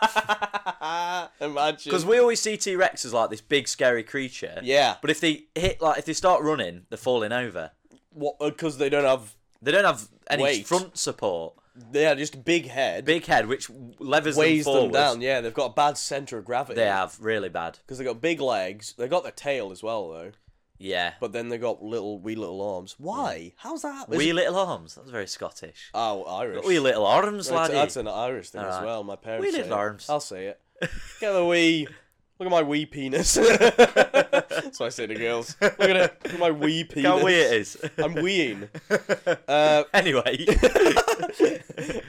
S1: Ah,
S2: Imagine.
S1: Because we always see T Rexes like this big scary creature.
S2: yeah,
S1: But if they hit like if they start running, they're falling over.
S2: what? Because they don't have.
S1: They don't have any
S2: Weight.
S1: front support.
S2: They have just a big head.
S1: Big head, which levers
S2: weighs
S1: them
S2: them
S1: forward.
S2: down. Yeah, they've got a bad center of gravity.
S1: They have really bad.
S2: Because they got big legs. They got their tail as well though.
S1: Yeah.
S2: But then they got little wee little arms. Why? How's that? Is
S1: wee
S2: it-
S1: little arms. That's very Scottish.
S2: Oh, Irish.
S1: Wee little arms,
S2: that's,
S1: laddie.
S2: that's an Irish thing as
S1: Alright.
S2: well. My parents.
S1: Wee
S2: say
S1: little
S2: it.
S1: arms.
S2: I'll say it. Get the wee. Look at my wee penis. <laughs> that's what I say to girls. Look at it. Look at my wee
S1: <laughs>
S2: penis.
S1: How weird it is.
S2: I'm weeing. Uh,
S1: <laughs>
S2: <laughs>
S1: anyway,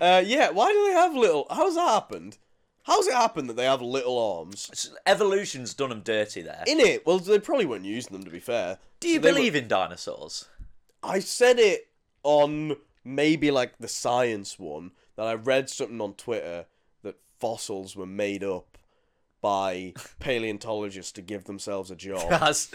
S2: uh, yeah. Why do they have little? How's that happened? How's it happen that they have little arms?
S1: Evolution's done them dirty there.
S2: In it, well, they probably weren't using them to be fair.
S1: Do you
S2: So they were-
S1: believe in dinosaurs? <laughs>
S2: I said it on maybe like the science one that I read something on Twitter that fossils were made up by paleontologists to give themselves
S1: <laughs>
S2: a job.
S1: That's.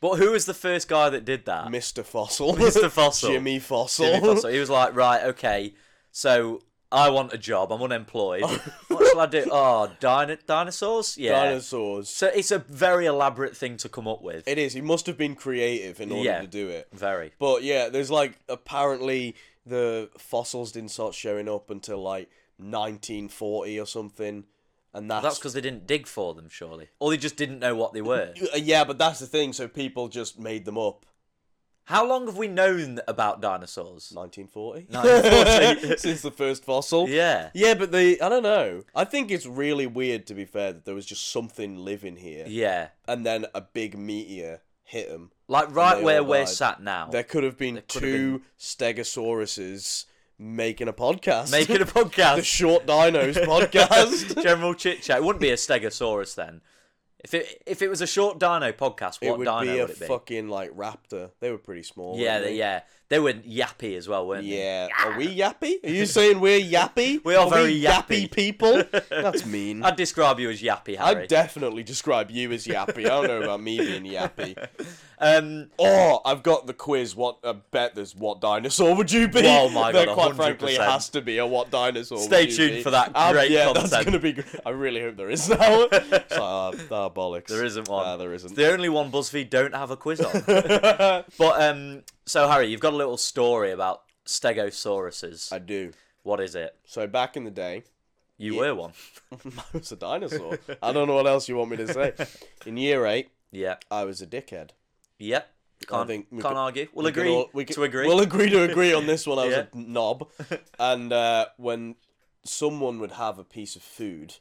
S1: But who was the first guy that did that?
S2: Mr. Fossil.
S1: Mr. Fossil.
S2: <laughs> Jimmy Fossil.
S1: Jimmy Fossil. He was like, right, okay, so I want a job. I'm unemployed.
S2: <laughs>
S1: what shall I do? Oh, dino- dinosaurs? Yeah.
S2: Dinosaurs.
S1: so it's a very elaborate thing to come up with.
S2: It is. He must have been creative in order
S1: Yeah.
S2: to do it.
S1: very.
S2: But yeah, there's like apparently the fossils didn't start showing up until like 1940 or something, and that's,
S1: That's because they didn't dig for them, surely. Or they just didn't know what they were.
S2: Uh, yeah. But that's the thing. So people just made them up.
S1: How long have we known about dinosaurs?
S2: 1940
S1: 1940.
S2: <laughs> since the first fossil.
S1: Yeah.
S2: Yeah, but they I don't know. I think it's really weird to be fair that there was just something living here
S1: Yeah.
S2: and then a big meteor hit them.
S1: Like right
S2: they
S1: where
S2: all
S1: we're
S2: died.
S1: sat now.
S2: There could have been
S1: Oh. could have
S2: two stegosauruses making a podcast.
S1: Making a
S2: <laughs> the
S1: podcast. <laughs>
S2: short dinos podcast.
S1: General chit chat. It wouldn't be a stegosaurus then. If it if it was a short dino podcast,
S2: It
S1: what
S2: would
S1: dino
S2: be a
S1: would it be?
S2: fucking like raptor. They were pretty small.
S1: yeah,
S2: weren't
S1: they, yeah. They were yappy as well, weren't
S2: they?
S1: they?
S2: Yeah. Are we yappy? Are you saying we're yappy?
S1: <laughs> We are very
S2: we
S1: yappy. <laughs>
S2: people. That's mean.
S1: I'd describe you as yappy, Harry.
S2: I'd definitely describe you as yappy. I don't know about me
S1: <laughs>
S2: being yappy.
S1: um,
S2: Oh, I've got the quiz. What I bet there's what dinosaur would you be?
S1: Oh my God,
S2: There quite frankly
S1: 100%.
S2: has to be a what dinosaur.
S1: Stay
S2: would you
S1: tuned
S2: be?
S1: for that
S2: Um,
S1: great
S2: yeah, that's
S1: content.
S2: gonna be. Gr- I really hope there is now.
S1: <laughs>
S2: it's like, ah, ah, bollocks.
S1: there isn't one.
S2: Ah, there isn't.
S1: It's the only one BuzzFeed don't have a quiz on. but um, so Harry, you've got a little story about stegosauruses.
S2: <laughs> I do.
S1: What is it?
S2: So back in the day, <laughs>
S1: You were one.
S2: I was
S1: <laughs>
S2: a dinosaur. I don't know what else you want me to say. In year eight,
S1: Yeah.
S2: I was a dickhead.
S1: Yep. Can't,
S2: think we
S1: can't
S2: could-
S1: argue. We'll
S2: We can
S1: agree
S2: all- we can-
S1: to agree.
S2: We'll agree to agree on this one. I
S1: <laughs>
S2: was
S1: Yeah.
S2: a knob, and uh, when someone would have a piece of food,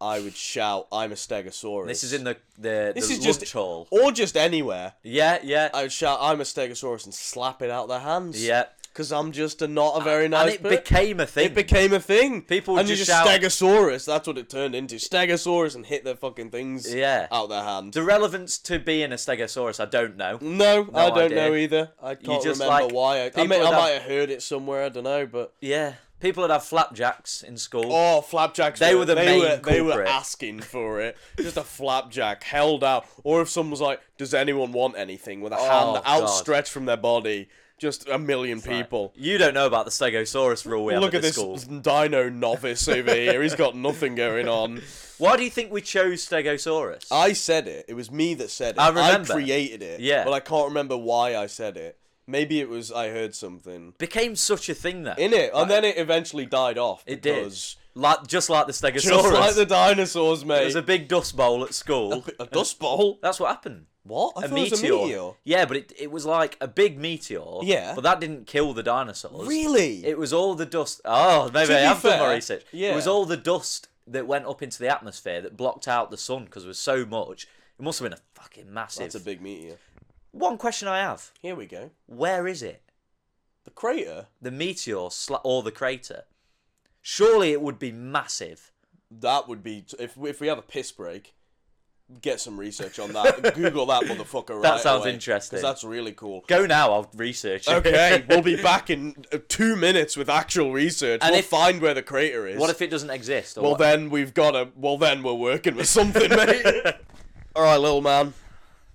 S2: I would shout, "I'm a stegosaurus."
S1: this is in the the,
S2: This
S1: the
S2: is
S1: lunch
S2: just-
S1: hall.
S2: or just anywhere.
S1: Yeah, yeah,
S2: I would shout, "I'm a stegosaurus," and slap it out their hands.
S1: yeah. Uh,
S2: because I'm just a not a very
S1: And
S2: nice.
S1: it
S2: per-
S1: became a thing.
S2: it became a thing.
S1: People would
S2: and you
S1: just shout-
S2: just stegosaurus. That's what it turned into. Stegosaurus and hit their fucking things.
S1: Yeah.
S2: out their hand.
S1: the relevance to being a stegosaurus, I don't know.
S2: No, I don't
S1: idea.
S2: know either. I can't
S1: just,
S2: remember
S1: like,
S2: why. I, I,
S1: people
S2: mean, I
S1: would have-
S2: might have heard it somewhere. I don't know, but
S1: Yeah, people that have flapjacks in school.
S2: Oh, flapjacks!
S1: They were the
S2: they
S1: main
S2: were, they were
S1: culprit.
S2: asking for it. Just a flapjack held out, or if someone was like, "Does anyone want anything?" with a hand
S1: God.
S2: outstretched from their body, just a million people.
S1: You don't know about the stegosaurus rule we have
S2: Look
S1: at,
S2: at
S1: the
S2: this
S1: school.
S2: dino novice over <laughs> here. He's got nothing going on.
S1: Why do you think we chose stegosaurus?
S2: I said it. It was me that said it.
S1: I remember.
S2: created it.
S1: Yeah.
S2: but I can't remember why I said it. Maybe it was I heard something
S1: became such a thing that
S2: in it, and then it eventually died off.
S1: it did.
S2: because
S1: Like just like the stegosaurus.
S2: Just like the dinosaurs, mate.
S1: There was a big dust bowl at school.
S2: a dust bowl.
S1: That's what happened.
S2: What? I
S1: A
S2: thought it was
S1: meteor.
S2: a meteor.
S1: Yeah, but it, it was like a big meteor.
S2: Yeah.
S1: But that didn't kill the dinosaurs.
S2: Really?
S1: It was all the dust. Oh, maybe
S2: To
S1: I
S2: be
S1: have done
S2: fair,
S1: my research. It
S2: yeah.
S1: was all the dust that went up into the atmosphere that blocked out the sun because there was so much. It must have been a fucking massive.
S2: That's a big meteor.
S1: One question I have:
S2: Here we go.
S1: Where is it?
S2: The crater.
S1: The meteor sla- or the crater? Surely it would be massive.
S2: That would be if if we have a piss break. Get some research on
S1: <laughs>
S2: that. Google that motherfucker right
S1: That sounds
S2: away, 'cause
S1: interesting.
S2: That's really cool.
S1: Go now. I'll research. it. <laughs>
S2: Okay, we'll be back in uh, two minutes with actual research.
S1: And
S2: we'll
S1: if-
S2: find where the crater is.
S1: what if it doesn't exist? Or
S2: well,
S1: what-
S2: then we've got a. Well, then we're working with
S1: <laughs>
S2: something, mate. All right, little man.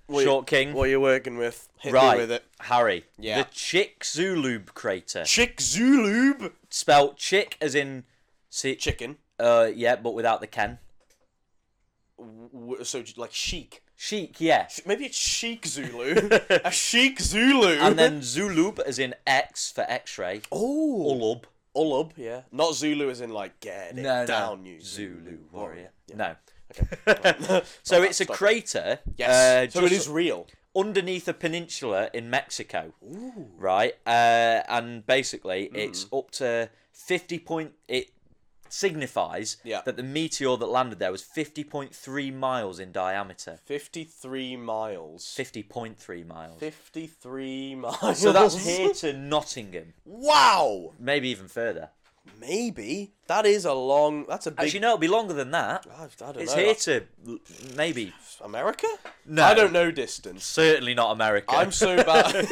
S2: What you-
S1: Short king.
S2: What are you working with? Hit
S1: right,
S2: me with it.
S1: Harry.
S2: Yeah.
S1: The Chick Zulub crater,
S2: Chick Zulub.
S1: spelt Chick as in, see,
S2: Chicken.
S1: uh, yeah, but without the Ken.
S2: W- So like chic.
S1: Chic, yeah.
S2: Maybe it's Sheik Zulu.
S1: <laughs>
S2: a Sheik Zulu.
S1: And then Zulub as in X for X-ray.
S2: oh,
S1: Ulub.
S2: Ulub, yeah. Not Zulu as in like get it
S1: No, no.
S2: down, you
S1: Zulu warrior.
S2: Yeah.
S1: No. <laughs>
S2: Okay.
S1: So it's a
S2: Stop it.
S1: crater.
S2: Yes.
S1: Uh,
S2: so it
S1: just
S2: is real.
S1: underneath a peninsula in Mexico. Right. Uh, and basically, it's
S2: Mm-hmm.
S1: up to fifty point. It signifies
S2: Yeah.
S1: that the meteor that landed there was fifty point three miles in diameter.
S2: Fifty-three miles.
S1: Fifty point three miles.
S2: Fifty-three
S1: <laughs>
S2: miles. <laughs>
S1: So that's here to Nottingham,
S2: Wow.
S1: maybe even further.
S2: Maybe that is a long. That's a big.
S1: Actually, no, it'll be longer than that.
S2: I, I don't
S1: It's
S2: know.
S1: here to l- maybe
S2: America?
S1: No.
S2: I don't know
S1: <laughs>
S2: distance.
S1: certainly not America.
S2: I'm so
S1: <laughs>
S2: bad.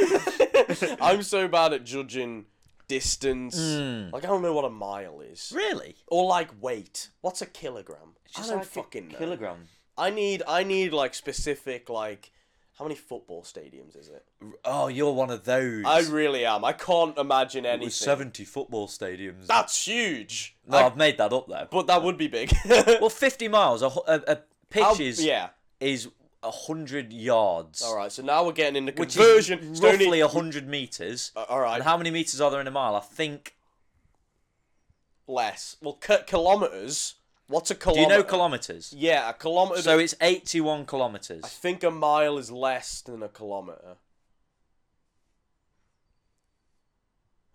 S2: <laughs> I'm so bad at judging distance.
S1: Hmm.
S2: Like I don't know what a mile is,
S1: really.
S2: or like weight. What's a kilogram? I don't
S1: like a
S2: fucking know.
S1: kilogram.
S2: I need I need like specific like how many football stadiums is it?
S1: Oh, you're one of those.
S2: I really am. I can't imagine
S1: It
S2: anything.
S1: was seventy football stadiums.
S2: That's huge.
S1: no,
S2: Like,
S1: I've made that up though.
S2: but that would be big. <laughs>
S1: Well, fifty miles. A, hu- a, a pitch
S2: How-
S1: is
S2: yeah.
S1: is hundred yards,
S2: All right. So now we're getting into
S1: which
S2: conversion.
S1: is
S2: Stoney-
S1: roughly hundred meters.
S2: all right.
S1: and how many meters are there in a mile? I think.
S2: less. Well, ki- kilometers. What's a
S1: Do
S2: kilometer?
S1: you know kilometers?
S2: Yeah, a kilometer.
S1: So it's eighty-one
S2: I
S1: kilometers.
S2: think a mile is less than a kilometer.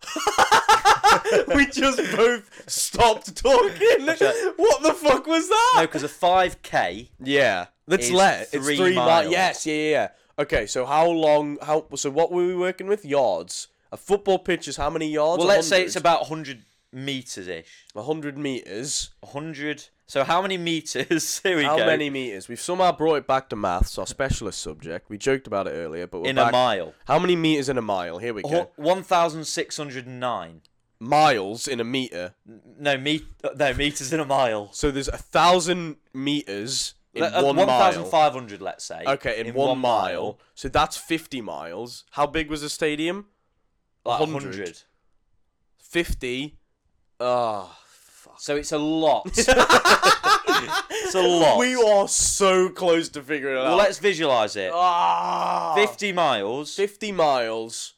S2: <laughs> we just both stopped talking. What the fuck was that?
S1: No, because a five k.
S2: yeah, that's
S1: is
S2: less.
S1: three
S2: it's three miles.
S1: miles.
S2: Yes, yeah, yeah, yeah. Okay, so how long? How so? What were we working with? Yards. A football pitch is how many yards?
S1: Well, let's say it's
S2: 100?
S1: about hundred meters ish.
S2: hundred meters.
S1: 100. So how many meters? <laughs> Here we
S2: How
S1: go.
S2: many meters? We've somehow brought it back to maths, our specialist subject. We joked about it earlier, but we're
S1: in a
S2: back-
S1: mile?
S2: How many meters in a mile? Here we go.
S1: Hu- 1,609.
S2: Miles in a meter.
S1: No, me- no, meters in a mile.
S2: So there's a thousand meters in
S1: Let- uh,
S2: one mile.
S1: 1,500, let's say.
S2: Okay, in, one, mile. So that's fifty miles. How big was the stadium?
S1: Like
S2: 100.
S1: 100.
S2: Fifty. Ah,
S1: So it's a
S2: <laughs>
S1: lot. it's a lot.
S2: we are so close to figuring it
S1: well,
S2: out.
S1: let's visualise it.
S2: ah,
S1: 50 miles.
S2: 50 miles.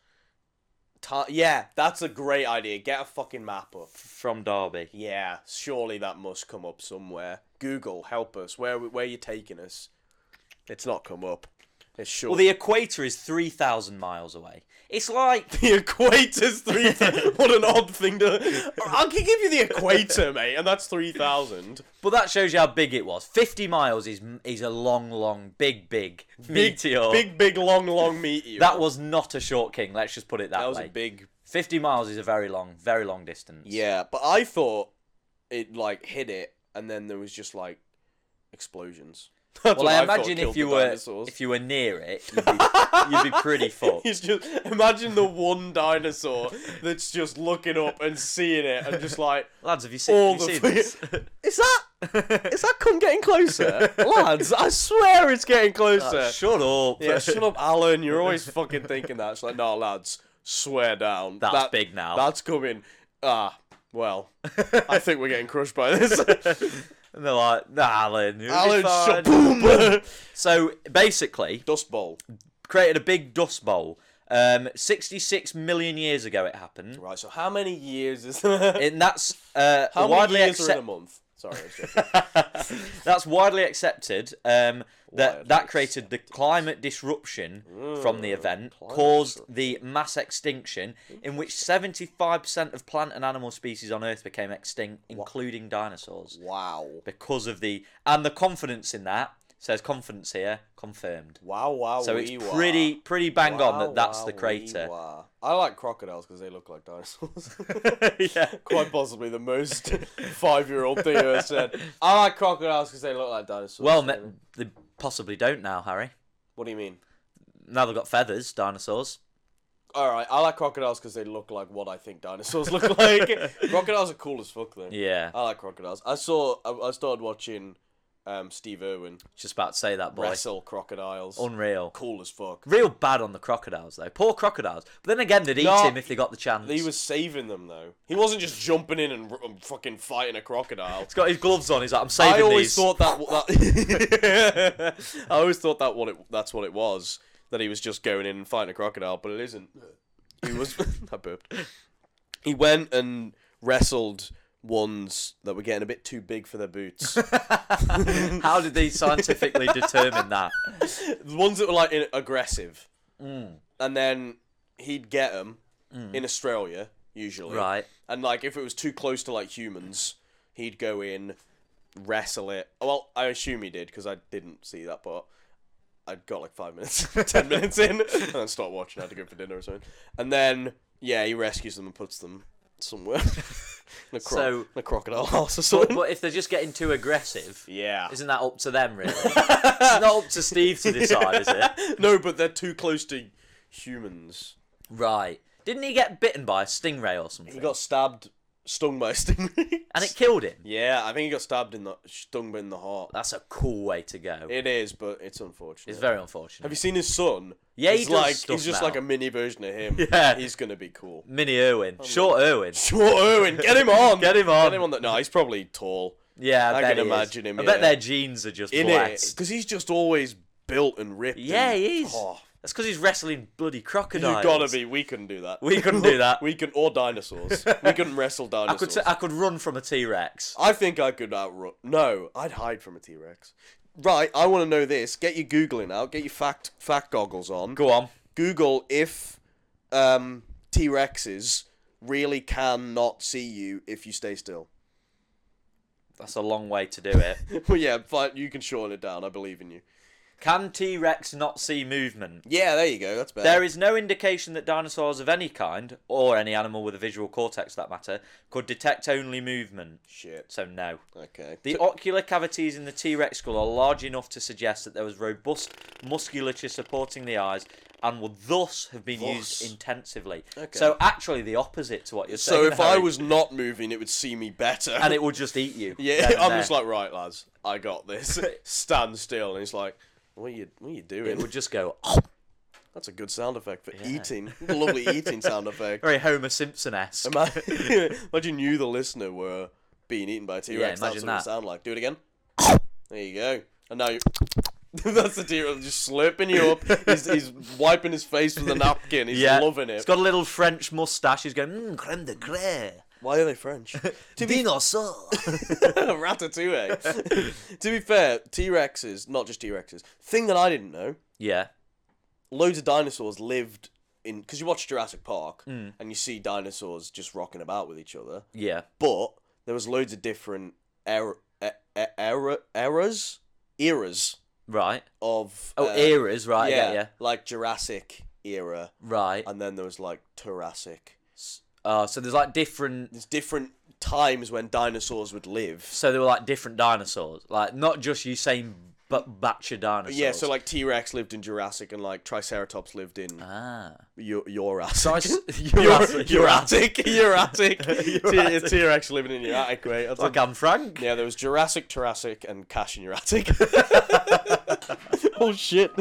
S2: Ti- yeah, that's a great idea. Get a fucking map up.
S1: From Derby.
S2: Yeah, surely that must come up somewhere. Google, help us. Where where you taking us? It's not come up. It's sure.
S1: Well, the equator is 3,000 miles away. It's like
S2: <laughs> the equator's three.
S1: <laughs>
S2: what an odd thing to. I can give you the equator, mate, and that's three thousand.
S1: But that shows you how big it was. 50 miles is is a long, long, big, big, meteor.
S2: Big, big, long, long meteor.
S1: That was not a short king. Let's just put it that,
S2: that was
S1: way.
S2: a big.
S1: 50 miles is a very long, very long distance.
S2: Yeah, but I thought it like hit it, and then there was just like explosions. <laughs> That's
S1: Well,
S2: what
S1: I
S2: thought
S1: imagine
S2: killed
S1: if you
S2: the
S1: were
S2: dinosaurs. <laughs>
S1: if you were near it, you'd be, <laughs> you'd be pretty fucked.
S2: He's just imagine the one dinosaur that's just looking up and seeing it and just like
S1: <laughs> Lads, have <laughs> you seen,
S2: all
S1: have
S2: the
S1: you seen
S2: thing-
S1: this?
S2: <laughs> Is that is that cum
S1: <laughs>
S2: getting closer, lads? I swear it's getting closer.
S1: Ah, <laughs> shut up.
S2: yeah, shut up, Alan. You're always fucking thinking that. It's like, no, lads, swear down.
S1: That's
S2: That-
S1: big now.
S2: That's coming. Ah, well, I think we're getting crushed
S1: <laughs>
S2: by this.
S1: and they're like, nah, Alan. you'll be
S2: Alan,
S1: fine."
S2: shut boom.
S1: So basically,
S2: Dust bowl.
S1: created a big dust bowl. Um, 66 million years ago it happened.
S2: Right. So how many years is <laughs> that?
S1: And that's uh,
S2: How
S1: widely
S2: many years are in a
S1: accepted.
S2: month? Sorry. I was
S1: <laughs>
S2: joking.
S1: That's widely accepted. Um, that
S2: Widely Mm,
S1: that created the climate disruption from the event, caused the mass extinction, in which seventy five percent of plant and animal species on Earth became extinct, including dinosaurs,
S2: wow.
S1: because of the and the confidence in that says confidence here confirmed.
S2: Wow. Wow.
S1: So it's
S2: wee, wah.
S1: pretty pretty bang on
S2: Wow,
S1: that that's
S2: wow,
S1: the
S2: wee,
S1: crater.
S2: wah. I like crocodiles because they look like dinosaurs.
S1: <laughs>
S2: <laughs>
S1: yeah.
S2: Quite possibly the most <laughs> five-year-old thing I've ever said. I like crocodiles because they look like dinosaurs.
S1: Well,
S2: David.
S1: me- they possibly don't now, Harry.
S2: what do you mean?
S1: Now they've got feathers, dinosaurs.
S2: All right, I like crocodiles because they look like what I think dinosaurs look <laughs> like. crocodiles are cool as fuck, though.
S1: Yeah,
S2: I like crocodiles. I saw. I, I started watching um, Steve Irwin
S1: just about to say that, boy.
S2: wrestle crocodiles.
S1: Unreal.
S2: cool as fuck.
S1: Real bad on the crocodiles though. Poor crocodiles. But then again, they'd eat
S2: No,
S1: him if they got the chance.
S2: He was saving them though. He wasn't just jumping in and, r- and fucking fighting a crocodile.
S1: He's got his gloves on. He's like, I'm saving
S2: I
S1: these.
S2: always thought that,
S1: <laughs>
S2: that <laughs> I always thought that what it that's what it was that he was just going in and fighting a crocodile, but it isn't. He was <laughs> I burped. He went and wrestled ones that were getting a bit too big for their boots.
S1: <laughs> How did they scientifically determine that?
S2: the ones that were like in, aggressive,
S1: Mm.
S2: and then he'd get them in Australia usually,
S1: Right.
S2: And like if it was too close to like humans, he'd go in, wrestle it. Well, I assume he did because I didn't see that part. I got like five minutes, <laughs>
S1: <laughs>
S2: ten minutes in, and then stopped watching. I had to go for dinner or something, and then yeah, he rescues them and puts them somewhere. <laughs> The, cro-
S1: So-
S2: the crocodile horse or
S1: But,
S2: something.
S1: but if they're just getting too aggressive,
S2: <laughs> yeah.
S1: isn't that up to them, really? it's not up to Steve
S2: <laughs>
S1: to decide, is it?
S2: no, but they're too close to humans.
S1: Right. Didn't he get bitten by a stingray or something?
S2: He got stabbed, stung by a stingray.
S1: and it killed him.
S2: <laughs> yeah, I think he got stabbed in the stung in the heart.
S1: That's a cool way to go.
S2: It is, but it's unfortunate.
S1: It's very
S2: Have
S1: unfortunate.
S2: you seen his son?
S1: Yeah, he
S2: he's
S1: does
S2: like
S1: stuff
S2: he's just
S1: now.
S2: like a mini version of him.
S1: <laughs> Yeah.
S2: he's gonna be cool.
S1: Minnie
S2: Oh,
S1: Irwin. Short Irwin.
S2: Sure, Owen, get
S1: <laughs>
S2: him on.
S1: Get him on.
S2: Get him on. The- no, he's probably tall.
S1: Yeah, I,
S2: I
S1: bet
S2: can
S1: he is.
S2: imagine him,
S1: I bet
S2: yeah.
S1: their jeans are just
S2: In it,
S1: blessed.
S2: because he's just always built and ripped.
S1: Yeah,
S2: and-
S1: he is.
S2: Oh,
S1: That's because he's wrestling bloody
S2: you
S1: crocodiles.
S2: gotta be. We couldn't do that.
S1: We couldn't do that.
S2: <laughs> we can or dinosaurs. we couldn't
S1: <laughs>
S2: wrestle
S1: I
S2: dinosaurs.
S1: could, t- I could run from a T Rex.
S2: I think I could outrun. No, I'd hide from a T Rex. Right, I want to know this. Get your googling out. Get your fact fact goggles on.
S1: Go on.
S2: Google if um, T Rexes really can not see you if you stay still. <laughs>
S1: That's a long way to do it.
S2: well, yeah, fine. You can shorten it down. I believe in you.
S1: Can T Rex not see movement?
S2: Yeah, there you go. That's better.
S1: There is no indication that dinosaurs of any kind, or any animal with a visual cortex for that matter, could detect only movement.
S2: Shit.
S1: So, no.
S2: Okay.
S1: The
S2: So-
S1: ocular cavities in the T Rex skull are large enough to suggest that there was robust musculature supporting the eyes and would thus have been
S2: Thus.
S1: used intensively.
S2: Okay.
S1: So actually the opposite to what you're saying.
S2: so if I
S1: Harry,
S2: was not moving, it would see me better.
S1: and it would just eat <laughs> you.
S2: <laughs> yeah,
S1: then and
S2: I'm
S1: there.
S2: just like right, lads. I got <laughs> this. Stand still, and it's like, what are you, what are you
S1: it
S2: doing?
S1: would just <laughs> go "Oh."
S2: That's a good sound effect for eating. <laughs> Lovely eating sound
S1: <laughs>
S2: effect.
S1: very Homer Simpson esque.
S2: Imagine, <laughs> imagine you, the listener, were being eaten by a T Rex. That's
S1: imagine
S2: what it
S1: that.
S2: sound like. Do it again. There you go. And now you. <laughs> That's the T Rex just slurping you up. He's, he's wiping his face with a napkin. He's
S1: Yeah,
S2: loving it.
S1: It's got a little French mustache. He's going mm, creme de crème,
S2: Why are
S1: <laughs>
S2: they French? <laughs>
S1: dinosaur. <laughs>
S2: Ratatouille. <laughs> to be fair, T Rexes, not just T Rexes. Thing that I didn't know,
S1: yeah,
S2: loads of dinosaurs lived in. Because you watch Jurassic Park
S1: Mm.
S2: and you see dinosaurs just rocking about with each other.
S1: yeah.
S2: but there was loads of different era, e- e- era, eras eras
S1: Right.
S2: of
S1: Oh,
S2: uh,
S1: eras. Right. Yeah. yeah.
S2: like Jurassic era,
S1: Right.
S2: and then there was like Jurassic.
S1: Uh, so there's like different
S2: There's different times when dinosaurs would live.
S1: So they were like different dinosaurs, like not just Usain but batch of dinosaurs.
S2: Yeah, so like T Rex lived in Jurassic, and like Triceratops lived in
S1: <laughs> ah,
S2: Eu- <laughs> Eurassic.
S1: Jurassic, <laughs>
S2: Euratic,
S1: Euratic.
S2: Euratic. T Rex living in Euratic, mate. That's a
S1: like I'm Frank.
S2: Yeah, there was Jurassic, Jurassic, and Cash
S1: <laughs>
S2: and Jurassic. <laughs> oh shit!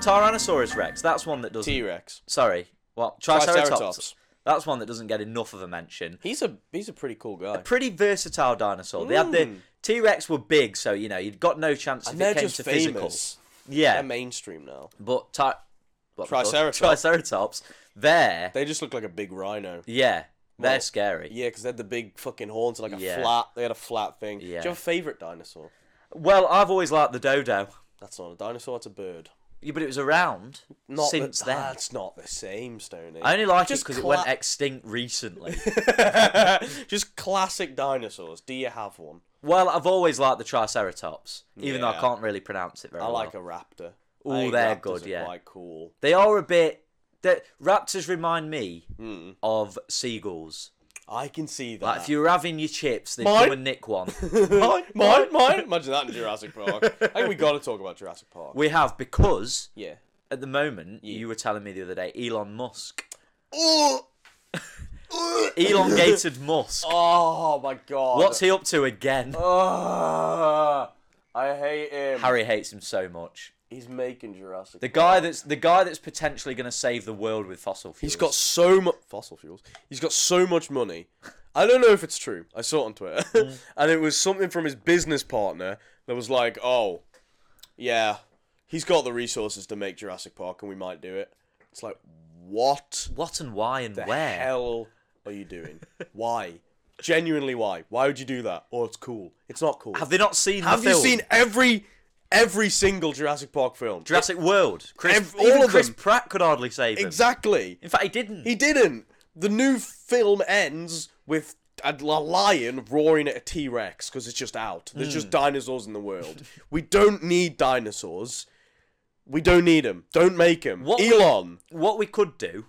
S1: Tyrannosaurus Rex. That's one that doesn't.
S2: T Rex.
S1: Sorry, what? Triceratops.
S2: Triceratops.
S1: That's one that doesn't get enough of a mention.
S2: He's a he's a pretty cool guy.
S1: Pretty versatile dinosaur. They had the
S2: Mm.
S1: T Rex were big, so you know you'd got no chance if
S2: And
S1: it
S2: they're
S1: came
S2: just
S1: to
S2: famous.
S1: physical. Yeah,
S2: They're mainstream now.
S1: but ty- what were they called?
S2: Triceratops.
S1: Triceratops. There.
S2: They just look like a big rhino.
S1: yeah, they're
S2: Well,
S1: scary.
S2: Yeah, because they had the big fucking horns, like a
S1: Yeah.
S2: flat. They had a flat thing. Do you
S1: Yeah.
S2: have a favorite dinosaur?
S1: Well, I've always liked the dodo.
S2: That's not a dinosaur. It's a bird.
S1: Yeah, but it was around
S2: Not the-
S1: since then.
S2: That's not the same, Stoney.
S1: I only like it
S2: Just
S1: because it went
S2: cla-
S1: extinct recently.
S2: <laughs> just classic dinosaurs. Do you have one?
S1: well, I've always liked the Triceratops, even though I
S2: Yeah.
S1: can't really pronounce it very
S2: I
S1: well.
S2: like a raptor. I
S1: Ooh,
S2: think
S1: they're
S2: raptors
S1: good,
S2: are
S1: yeah.
S2: quite cool.
S1: They are a bit. The raptors remind me
S2: Hmm.
S1: of seagulls.
S2: I can see that.
S1: Like
S2: <laughs>
S1: if you were having your chips, they'd
S2: Mine?
S1: come and nick
S2: <laughs>
S1: one.
S2: mine, mine, mine. Imagine that in Jurassic Park. I think we got to talk about
S1: <laughs>
S2: Jurassic Park.
S1: we have because
S2: yeah.
S1: at the moment you were telling me the other day Elon Musk,
S2: Oh, <laughs>
S1: elongated Musk.
S2: oh my god.
S1: What's he up to again?
S2: Ah, I hate him.
S1: Harry hates him so much.
S2: He's making Jurassic.
S1: The guy that's the guy that's potentially going to save the world with fossil fuels.
S2: He's got so much fossil fuels. He's got so much money. I don't know if it's true. I saw it on Twitter,
S1: Mm.
S2: <laughs> and it was something from his business partner that was like, "Oh, yeah, he's got the resources to make Jurassic Park, and we might do it." It's like, what
S1: what and why and
S2: the
S1: where?
S2: hell are you doing? why? Genuinely, why? Why would you do that? Oh, it's cool. It's not cool.
S1: Have they not seen? the
S2: Have you
S1: film?
S2: seen every every single Jurassic Park film?
S1: Jurassic World? Chris,
S2: Ev- all
S1: even
S2: of
S1: Chris
S2: them.
S1: Pratt could hardly save him.
S2: exactly.
S1: In fact, he didn't.
S2: He didn't. The new film ends with a l- lion roaring at a T Hmm. <laughs> Rex because it's just out. There's just dinosaurs in the world. we don't need dinosaurs. We don't need him. Don't make him.
S1: What we-
S2: Elon.
S1: What we could do,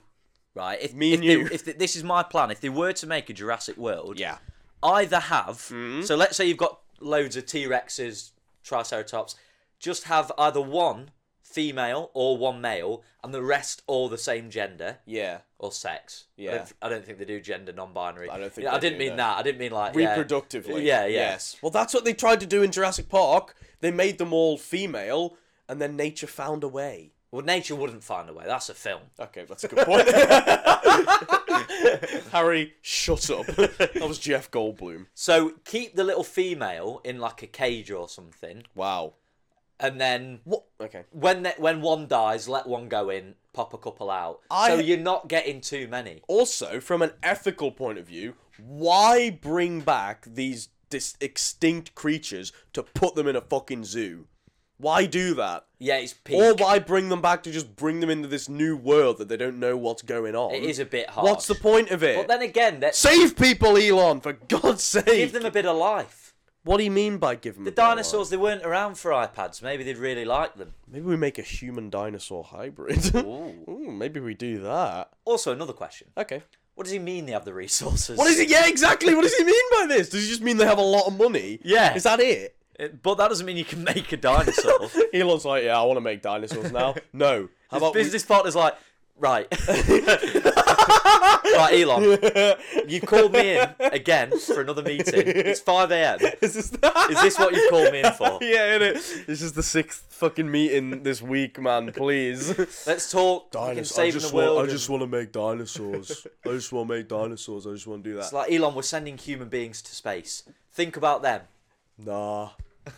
S1: right? If
S2: Me
S1: if
S2: and
S1: they-
S2: you.
S1: if they- this is my plan, if they were to make a Jurassic World,
S2: Yeah.
S1: either have.
S2: Mm.
S1: So let's say you've got loads of T Rexes, Triceratops. Just have either one female or one male, and the rest all the same gender
S2: Yeah.
S1: or sex. I
S2: Yeah.
S1: don't, th- I don't think they do gender non-binary.
S2: I don't think
S1: Yeah, I
S2: they
S1: didn't
S2: do
S1: mean
S2: that.
S1: that. I didn't mean like yeah.
S2: Reproductively.
S1: Yeah, yeah.
S2: Yes. Well, that's what they tried to do in Jurassic Park. They made them all female, and then nature found a way.
S1: Well, nature wouldn't find a way. That's a film.
S2: Okay, that's a good point. <laughs> Harry, shut <laughs> up. That was Jeff Goldblum.
S1: So keep the little female in like a cage or something,
S2: Wow.
S1: and then
S2: What? Okay.
S1: when the, when one dies, let one go in, pop a couple out.
S2: I-
S1: So you're not getting too many.
S2: Also, from an ethical point of view, why bring back these dis- extinct creatures to put them in a fucking zoo? Why do that?
S1: Yeah, it's peak.
S2: Or why bring them back to just bring them into this new world that they don't know what's going on?
S1: it is a bit hard.
S2: What's the point of it?
S1: But then again, that
S2: Save people, Elon, for God's sake!
S1: give them a bit of life.
S2: What do you mean by give them
S1: The
S2: a bit of
S1: dinosaurs they weren't around for iPads. Maybe they'd really like them.
S2: life? Maybe we make a human dinosaur hybrid. <laughs>
S1: Ooh.
S2: Ooh, maybe we do that.
S1: Also, another question:
S2: Okay.
S1: What does he mean they have the resources?
S2: What is it? Yeah, exactly. What does he mean by this? Does he just mean they have a lot of money?
S1: Yeah.
S2: Is that
S1: it?
S2: it?
S1: Uh, But that doesn't mean you can make a
S2: <laughs>
S1: dinosaur.
S2: Elon's like, yeah, I want to make dinosaurs now.
S1: <laughs>
S2: no.
S1: His
S2: How about we-
S1: business partner's like, right. right, Elon, you called me in again for another meeting. It's 5 a.m.
S2: <laughs> This is the-
S1: Is this what you called me in for?
S2: <laughs> yeah, innit? This is the sixth fucking meeting this week,
S1: <laughs>
S2: man. Please.
S1: Let's talk. we can
S2: Dinosaurs. I
S1: save
S2: just,
S1: the world.
S2: want, I
S1: and-
S2: just want to
S1: <laughs>
S2: make dinosaurs. I just want to make dinosaurs. I just want to do that.
S1: It's like, Elon, we're sending human beings to space. Think about them.
S2: Nah.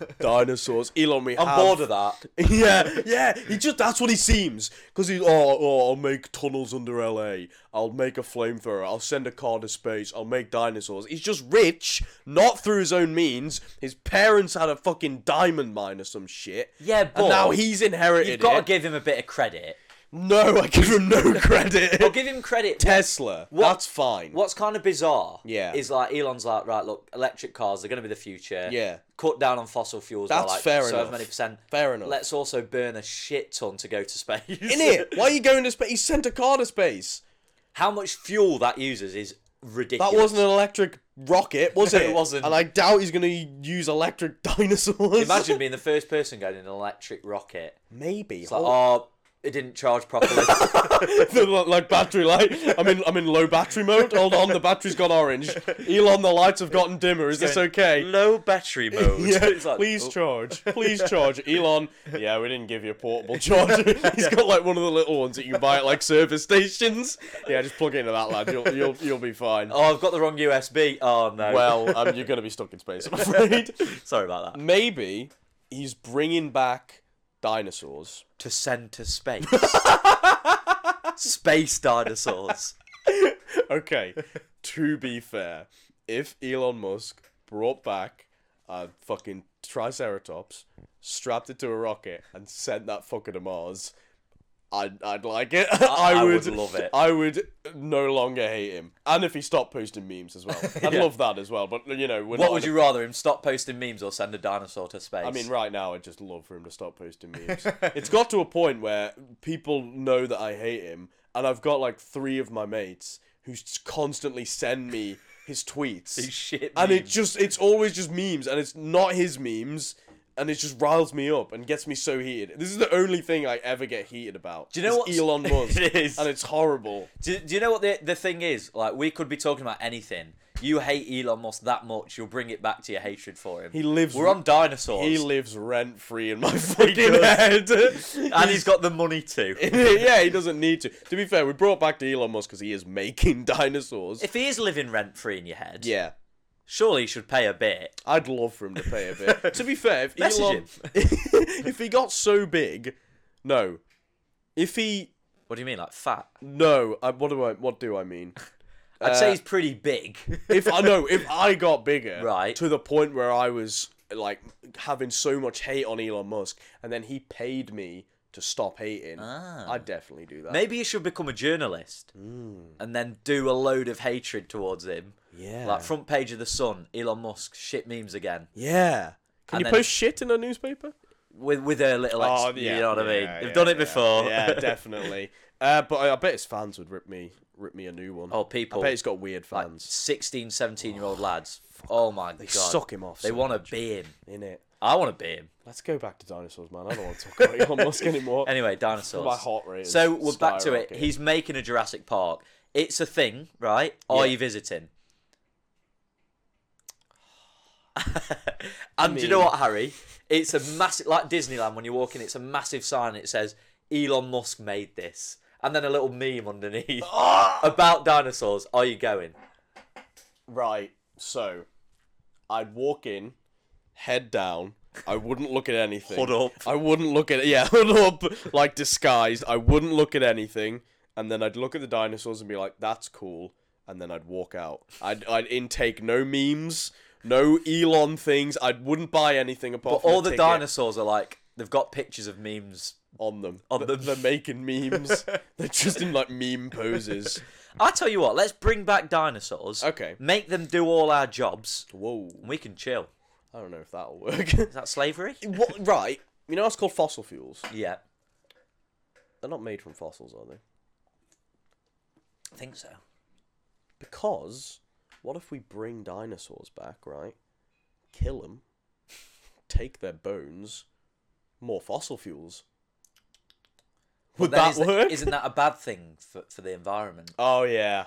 S1: <laughs>
S2: Dinosaurs. Elon, we
S1: I'm
S2: have.
S1: bored of that.
S2: <laughs> yeah, yeah. He just that's what he seems. Cause he oh, oh I'll make tunnels under LA. I'll make a flamethrower. I'll send a car to space. I'll make dinosaurs. He's just rich, not through his own means. His parents had a fucking diamond mine or some shit.
S1: Yeah, but
S2: and now he's inherited
S1: You've got to
S2: it.
S1: give him a bit of credit.
S2: no, I give him no <laughs>
S1: I'll
S2: credit.
S1: give him credit.
S2: Tesla. That's fine.
S1: What's kind of bizarre
S2: Yeah.
S1: is like Elon's like, right, look, electric cars, they're going to be the future.
S2: Yeah.
S1: Cut down on fossil fuels
S2: That's
S1: by like
S2: fair
S1: so
S2: enough.
S1: many percent.
S2: Fair enough.
S1: Let's also burn a shit ton to go to space.
S2: In it? Why are you going to space? He sent a car to space.
S1: <laughs> How much fuel that uses is ridiculous.
S2: That wasn't an electric rocket, was
S1: No,
S2: <laughs> it?
S1: it wasn't.
S2: And I doubt he's gonna use electric <laughs> dinosaurs. <laughs>
S1: Imagine being the first person going in an electric rocket.
S2: Maybe.
S1: Like,
S2: Oh,
S1: oh, it didn't charge
S2: <laughs>
S1: properly.
S2: the, li- like battery light. I'm in. I'm in low battery mode. Hold on, the battery's gone <laughs> orange. Elon, the lights have gotten dimmer. Is this
S1: going-
S2: okay?
S1: Low battery mode.
S2: <laughs> Yeah,
S1: It's like,
S2: please
S1: oh.
S2: <laughs> charge. Please charge, Elon. Yeah, we didn't give you a portable <laughs> charger. He's got like one of the little ones that you can buy at like service stations. Yeah, just plug into that, lad. You'll you'll, you'll be fine.
S1: Oh, I've got the wrong USB. Oh no.
S2: Well, um, you're gonna be stuck in space, I'm <laughs> afraid.
S1: <laughs> sorry about that.
S2: Maybe he's bringing back dinosaurs.
S1: To send to space. <laughs> space dinosaurs.
S2: <laughs> okay, to be fair, if Elon Musk brought back a fucking Triceratops, strapped it to a rocket, and sent that fucker to Mars, I'd, I'd like it. <laughs> I,
S1: I
S2: would,
S1: would love it.
S2: I would no longer hate him. And if he stopped posting memes as well.
S1: <laughs>
S2: I'd
S1: Yeah.
S2: love that as well, but you know, we're
S1: What
S2: not
S1: would
S2: in
S1: you rather him stop posting memes or send a dinosaur to space? <laughs>
S2: I mean, right now, I'd just love for him to stop posting memes. it's got to a point where people know that I hate him, and I've got like three of my mates who s- constantly send me his tweets.
S1: These shit
S2: and it
S1: memes.
S2: just, it's always just memes, and it's not his memes, and it just riles me up and gets me so heated. This is the only thing I ever get heated about. Do
S1: you know what's- <laughs>
S2: Elon Musk.
S1: It is.
S2: And it's horrible.
S1: do, do you know what the the thing is? Like, we could be talking about anything. You hate Elon Musk that much, you'll bring it back to your hatred for him.
S2: He lives-
S1: We're on dinosaurs,
S2: He lives rent free in my fucking
S1: does. <laughs>
S2: head.
S1: and he's got the money too.
S2: <laughs> yeah, he doesn't need to. To be fair, we brought back to Elon Musk because he is making <laughs> dinosaurs.
S1: if he is living rent free in your head,
S2: yeah,
S1: surely he should pay a bit.
S2: I'd love for him to pay a
S1: <laughs>
S2: bit. to be fair, if
S1: Message
S2: <laughs> Elon,
S1: him.
S2: if he got so big, no, if he
S1: What do you mean, like fat?
S2: no, I, what do I what do I mean?
S1: I'd
S2: Uh,
S1: say he's pretty
S2: <laughs>
S1: big.
S2: If I know if I got bigger,
S1: <laughs> Right.
S2: to the point where I was like having so much hate on Elon Musk, and then he paid me to stop hating,
S1: Ah.
S2: I'd definitely do that.
S1: Maybe you should become a journalist and then do a load of hatred towards him.
S2: Hmm. Yeah.
S1: Like front page of the Sun, Elon Musk shit memes again.
S2: yeah.
S1: And
S2: Can you
S1: then-
S2: post shit in a newspaper?
S1: with with their little. Ex-
S2: Oh,
S1: you
S2: yeah,
S1: know what I mean?
S3: yeah,
S1: They've
S3: yeah,
S1: done it
S3: yeah.
S1: before.
S2: yeah, definitely. Uh, but I, I bet his fans would rip me, rip me a new one.
S1: <laughs> Oh, people.
S2: I bet he's got weird
S1: like
S2: fans.
S1: 16, 17 year old lads. Oh my
S2: they
S1: god.
S2: suck him off.
S1: They
S2: so
S1: want to be him.
S2: in it.
S1: I want to be him.
S2: Let's go back to dinosaurs, man. I don't want to talk about Elon Musk anymore.
S1: <laughs> Anyway, dinosaurs.
S2: My heart rate. is
S1: So we're back to it.
S2: skyrocketing.
S1: He's making a Jurassic Park. It's a thing, right? Are
S2: Yeah.
S1: you
S2: <sighs>
S1: visiting? and do you know
S2: mean-
S1: what, Harry? It's a massive, like Disneyland when you walk in. It's a massive sign. It says Elon Musk made this, and then a little meme
S2: <laughs>
S1: underneath
S2: Ah!
S1: about dinosaurs. Are you going?
S2: right. So, I'd walk in, head down. I wouldn't look at anything.
S1: Hood up.
S2: I wouldn't look at yeah, <laughs> hood up like disguised. I wouldn't look at anything, and then I'd look at the dinosaurs and be like, "That's cool," and then I'd walk out. I'd I'd intake no memes, no Elon things. I wouldn't buy anything apart from
S1: All
S2: a
S1: the
S2: ticket
S1: dinosaurs are like they've got pictures of memes.
S2: on them.
S1: on
S2: Th-
S1: them.
S2: they're making <laughs> memes. they're just in like meme <laughs> poses.
S1: I tell you what, let's bring back dinosaurs.
S2: Okay.
S1: Make them do all our jobs.
S2: Whoa,
S1: and We can chill.
S2: I don't know if that'll work. <laughs>
S1: Is that slavery?
S2: what, right, you know it's called fossil fuels.
S1: Yeah,
S2: They're not made from fossils, are they?
S1: I think so.
S2: Because what if we bring dinosaurs back, right? Kill them, take their bones, more fossil fuels. Would
S1: Then
S2: that
S1: is that-
S2: work?
S1: isn't that a bad thing for, for the environment?
S2: Oh yeah,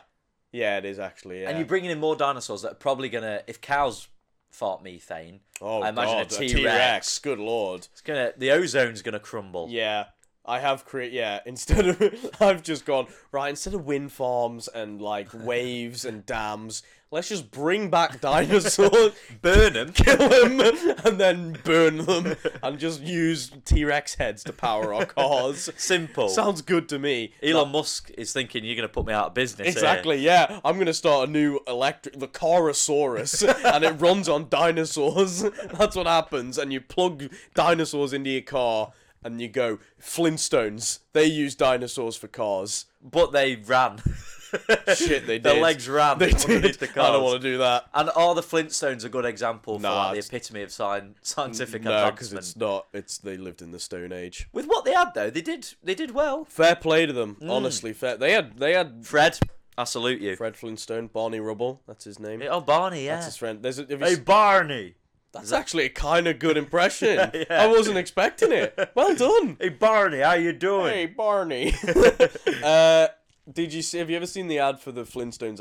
S2: yeah, it is actually. Yeah.
S1: And you're bringing in more dinosaurs that are probably gonna, if cows fart methane,
S2: oh,
S1: I imagine a
S2: God,
S1: T-Rex.
S2: Good lord.
S1: it's gonna the ozone's gonna crumble.
S2: Yeah. I have created, yeah, <laughs> instead of, I've just gone, right, instead of wind farms and
S1: <laughs>
S2: like waves and dams, let's just bring
S1: <laughs>
S2: back dinosaurs,
S1: Burn them.
S2: kill them, and then burn them, and just use T Rex heads to power our cars.
S1: Simple.
S2: Sounds good to me.
S1: Elon Musk is thinking you're gonna put me out of business. here."
S2: Exactly, yeah. I'm going to start a new electric,
S1: <laughs>
S2: the Carasaurus, and it runs on dinosaurs. <laughs> That's what happens. And you plug dinosaurs into your car, and you go, Flintstones, they use dinosaurs for cars.
S1: But they ran. <laughs>
S2: Shit, they
S1: Their
S2: did.
S1: legs ran
S2: <laughs> They
S1: underneath
S2: did.
S1: the
S2: I don't
S1: cars.
S2: want to do that.
S1: And are the Flintstones a good example for
S2: Nah,
S1: like, the
S2: it's-
S1: epitome of sci- scientific
S2: No, because
S1: advancement?
S2: it's not. It's they lived in the Stone Age.
S1: With what they had though, they did they did well.
S2: Fair play to
S1: Mm.
S2: them, honestly. Fair. They had they had
S1: Fred, I salute you.
S2: Fred Flintstone, Barney Rubble. That's his name.
S1: Oh Barney, yeah.
S2: That's his friend. There's a, have you
S1: Hey
S2: s-
S1: Barney.
S2: that's actually a kind of good impression.
S1: <laughs> Yeah.
S2: I wasn't expecting it. Well done.
S1: <laughs> Hey Barney, how you doing? <laughs>
S2: Hey Barney. <laughs> uh, did you see? Have you ever seen the ad for the Flintstones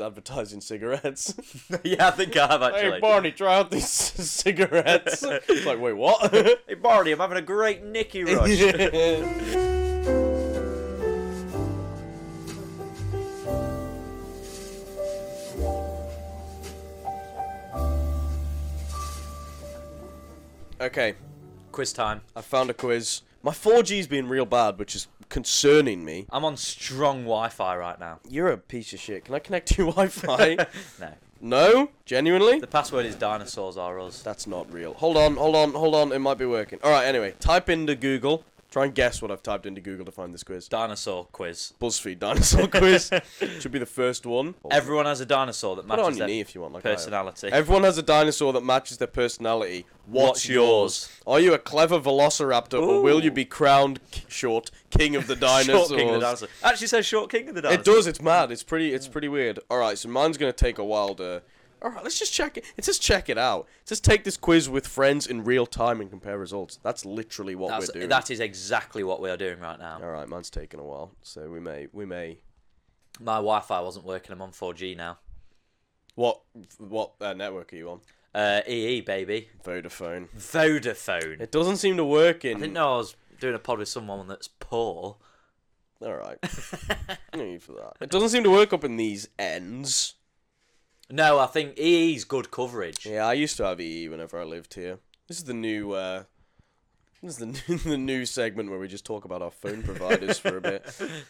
S1: <laughs>
S2: advertising cigarettes?
S1: yeah, I think I have actually.
S2: hey Barney, try out these
S1: <laughs>
S2: <laughs> cigarettes. it's like, wait, what? <laughs>
S1: Hey, Barney, I'm having a great Nicky <laughs> rush.
S2: Rush. okay,
S1: Quiz time.
S2: I found a quiz. My 4G's been real bad, which is concerning me.
S1: I'm on strong Wi-Fi right now.
S2: You're a piece of shit. Can I connect to your Wi-Fi?
S1: No,
S2: no, genuinely.
S1: the password is dinosaurs are us.
S2: That's not real. Hold on, hold on, hold on. It might be working. All right. Anyway, type into Google. Try and guess what I've typed into Google to find this quiz.
S1: Dinosaur quiz.
S2: BuzzFeed dinosaur <laughs> quiz should be the first one.
S1: Everyone has a dinosaur that
S2: Put it on
S1: matches
S2: your
S1: their
S2: knee if you want. Like I have.
S1: personality.
S2: Everyone has a dinosaur that matches their personality. What's,
S1: What's yours?
S2: yours? Are you a clever velociraptor, or will you be crowned k- short king of the
S1: <laughs> <laughs>
S2: dinosaurs?
S1: Short King of the Dinosaur. Actually says Short King of the Dinosaur.
S2: It does. It's mad. It's pretty. It's pretty weird. All right. So mine's gonna take a while to. All right. Let's just check it. It says check it out. It says take this quiz with friends in real time and compare results. That's literally what
S1: That's,
S2: we're doing.
S1: that is exactly what we are doing right now.
S2: All right. Mine's taking a while, so we may we may
S1: My Wi-Fi wasn't working. I'm on 4G now.
S2: What what uh, network are you on?
S1: Uh, EE baby.
S2: Vodafone.
S1: Vodafone.
S2: It doesn't seem to work in.
S1: I didn't know I was doing a pod with someone that's poor.
S2: All
S1: <laughs>
S2: right. no need for that. It doesn't seem to work up in these ends.
S1: No, I think EE's good coverage.
S2: Yeah, I used to have EE whenever I lived here. This is the new. Uh, this is the <laughs> new, the new segment where we just talk about our phone providers for
S1: <laughs>
S2: a bit.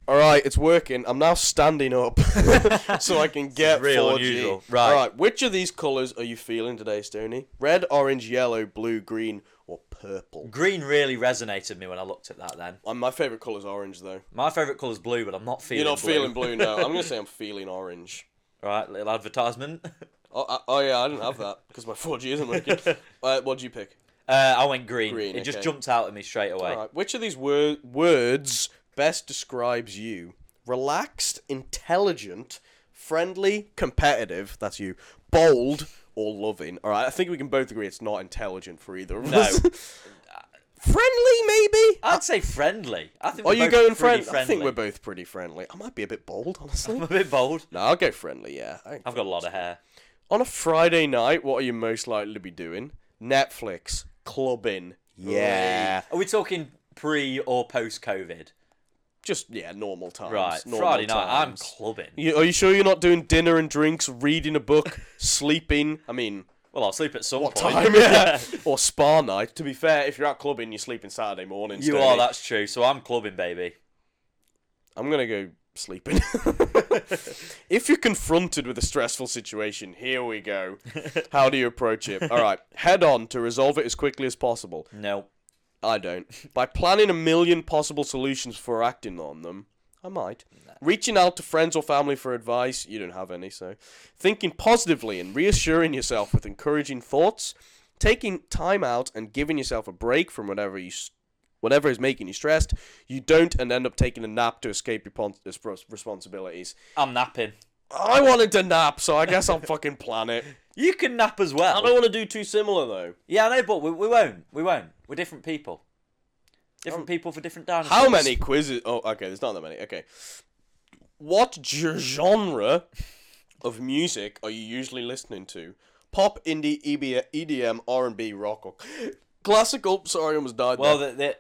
S2: All right, it's working. I'm now standing up <laughs> so I can get
S1: real
S2: 4G.
S1: unusual. Right.
S2: All right. Which of these colours are you feeling today, Stony? Red, orange, yellow, blue, green, or purple?
S1: Green really resonated me when I looked at that. Then
S2: Um, my favourite colour is orange, though.
S1: my favourite colour's blue, but I'm not feeling.
S2: You're not
S1: blue.
S2: feeling
S1: <laughs>
S2: blue now. I'm gonna say I'm feeling orange.
S1: Right, little advertisement. <laughs>
S2: <laughs> Oh, I, oh yeah, I didn't have that because my 4G isn't working. uh, what would you pick?
S1: Uh, I went green.
S2: Green,
S1: it just
S2: okay.
S1: jumped out at me straight away.
S2: Alright, which of these wor- words best describes you? Relaxed, intelligent, friendly, competitive. That's you. Bold or loving. All right, I think we can both agree it's not intelligent for either of
S1: No.
S2: us. <laughs> Uh, friendly, maybe.
S1: I'd say friendly. I think.
S2: Are
S1: we're
S2: you
S1: both
S2: going
S1: pretty
S2: friend-
S1: friendly?
S2: I think we're both pretty friendly. I might be a bit bold,
S1: <laughs>
S2: honestly.
S1: I'm a bit bold.
S2: no, I'll go friendly. Yeah. I think-
S1: I've got a lot of hair.
S2: On a Friday night, what are you most likely to be doing? Netflix, clubbing. Yeah.
S1: Are we talking pre or post COVID?
S2: Just yeah, normal times.
S1: Right.
S2: normal
S1: Friday night. I'm
S2: times.
S1: clubbing.
S2: You, are you sure you're not doing dinner and drinks, reading a book, <laughs> sleeping?
S1: <laughs>
S2: I mean,
S1: Well, I'll sleep at some point.
S2: time, yeah. or spa night. To be fair, if you're out clubbing, you're sleeping Saturday morning.
S1: You are. That's true. So I'm clubbing, baby.
S2: I'm gonna go sleeping. <laughs> if you're confronted with a stressful situation, here
S1: <laughs>
S2: we go. How do you approach it? All right, head on to resolve it as quickly as possible.
S1: No.
S2: I don't. By planning a million possible solutions for acting on them, I might. Reaching out to friends or family for advice, you don't have any, so. Thinking positively and reassuring yourself with encouraging thoughts, taking time out and giving yourself a break from whatever you s- whatever is making you stressed, you don't and end up taking a nap to escape your pon- s- pros- responsibilities.
S1: I'm napping.
S2: I wanted to nap, so I guess I'll <laughs> fucking plan it.
S1: You can nap as well.
S2: I don't want to do too similar though.
S1: Yeah, I know, but we, we won't. We won't. We're different people. Different people for different dinosaurs.
S2: Oh. How many quizzes? Oh, okay, there's not that many. Okay. What ge- genre of music are you usually listening to? Pop, indie, E EB- EDM, R&B, rock, or classical? Sorry, I almost died.
S1: Well,
S2: there.
S1: the, the,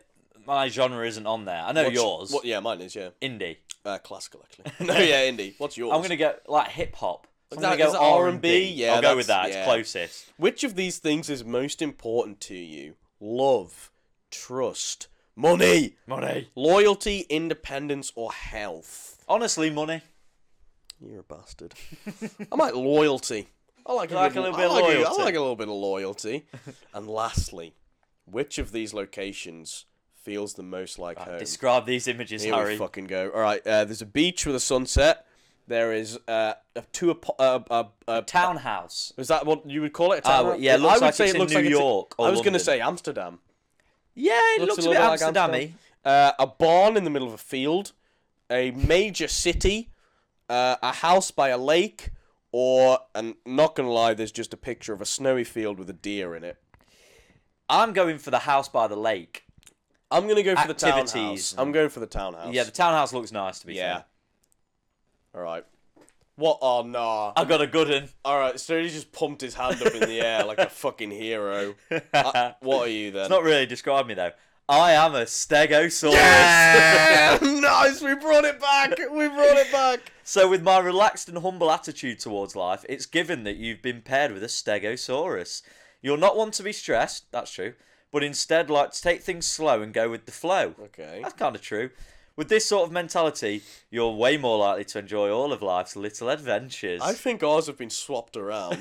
S1: my genre isn't on there. I know
S2: What's-
S1: yours.
S2: What, yeah, mine is. Yeah,
S1: Indie.
S2: uh,
S1: <laughs>
S2: classical actually. no, yeah, indie. What's yours?
S1: I'm gonna go like hip hop. So I'm
S2: That-
S1: gonna
S2: is
S1: go
S2: it
S1: R
S2: R&B?
S1: and B.
S2: Yeah,
S1: I'll go with that.
S2: that's- yeah.
S1: It's closest.
S2: Which of these things is most important to you? Love, trust, money,
S1: Money.
S2: loyalty, independence, or health?
S1: Honestly, money.
S2: You're a bastard. I like loyalty. I like,
S1: like a
S2: good-
S1: little bit of
S2: I like a-
S1: loyalty.
S2: I like a little bit of loyalty. and lastly, which of these locations feels the most like home?
S1: Describe these images,
S2: Um, Here we
S1: Harry.
S2: fucking go. All right, uh, there's a beach with a sunset. There is uh, a two apo- uh, uh, uh,
S1: Townhouse.
S2: is that what you would call it? A
S1: Ah,
S2: townhouse?
S1: yeah, it looks
S2: I would
S1: like
S2: say
S1: it's
S2: it
S1: in
S2: looks
S1: New
S2: like it's-
S1: York or
S2: I was going to
S1: London.
S2: say Amsterdam.
S1: Yeah, it looks, a bit
S2: little like
S1: Amsterdam-y.
S2: Amsterdam. Uh, a barn in the middle of a field, a major city, uh, a house by a lake, or and not gonna lie, there's just a picture of a snowy field with a deer in it.
S1: I'm going for the house by the lake.
S2: I'm gonna go for the
S1: Activities
S2: townhouse. I'm going for the townhouse.
S1: Yeah, the townhouse looks nice to be
S2: yeah.
S1: fair.
S2: All right. What? Oh nah.
S1: I got a good one.
S2: All right. So he just pumped his hand up in the air like a fucking hero. I- what are you then?
S1: It's <laughs> not really describe me though. I am a stegosaurus.
S2: Yeah! <laughs> nice. We brought it back. We brought it back.
S1: So, with my relaxed and humble attitude towards life, it's given that you've been paired with a stegosaurus. You're not one to be stressed, that's true, but instead like to take things slow and go with the flow.
S2: Okay.
S1: That's kind of true. With this sort of mentality, you're way more likely to enjoy all of life's little adventures.
S2: I think ours have been
S1: <laughs>
S2: swapped around.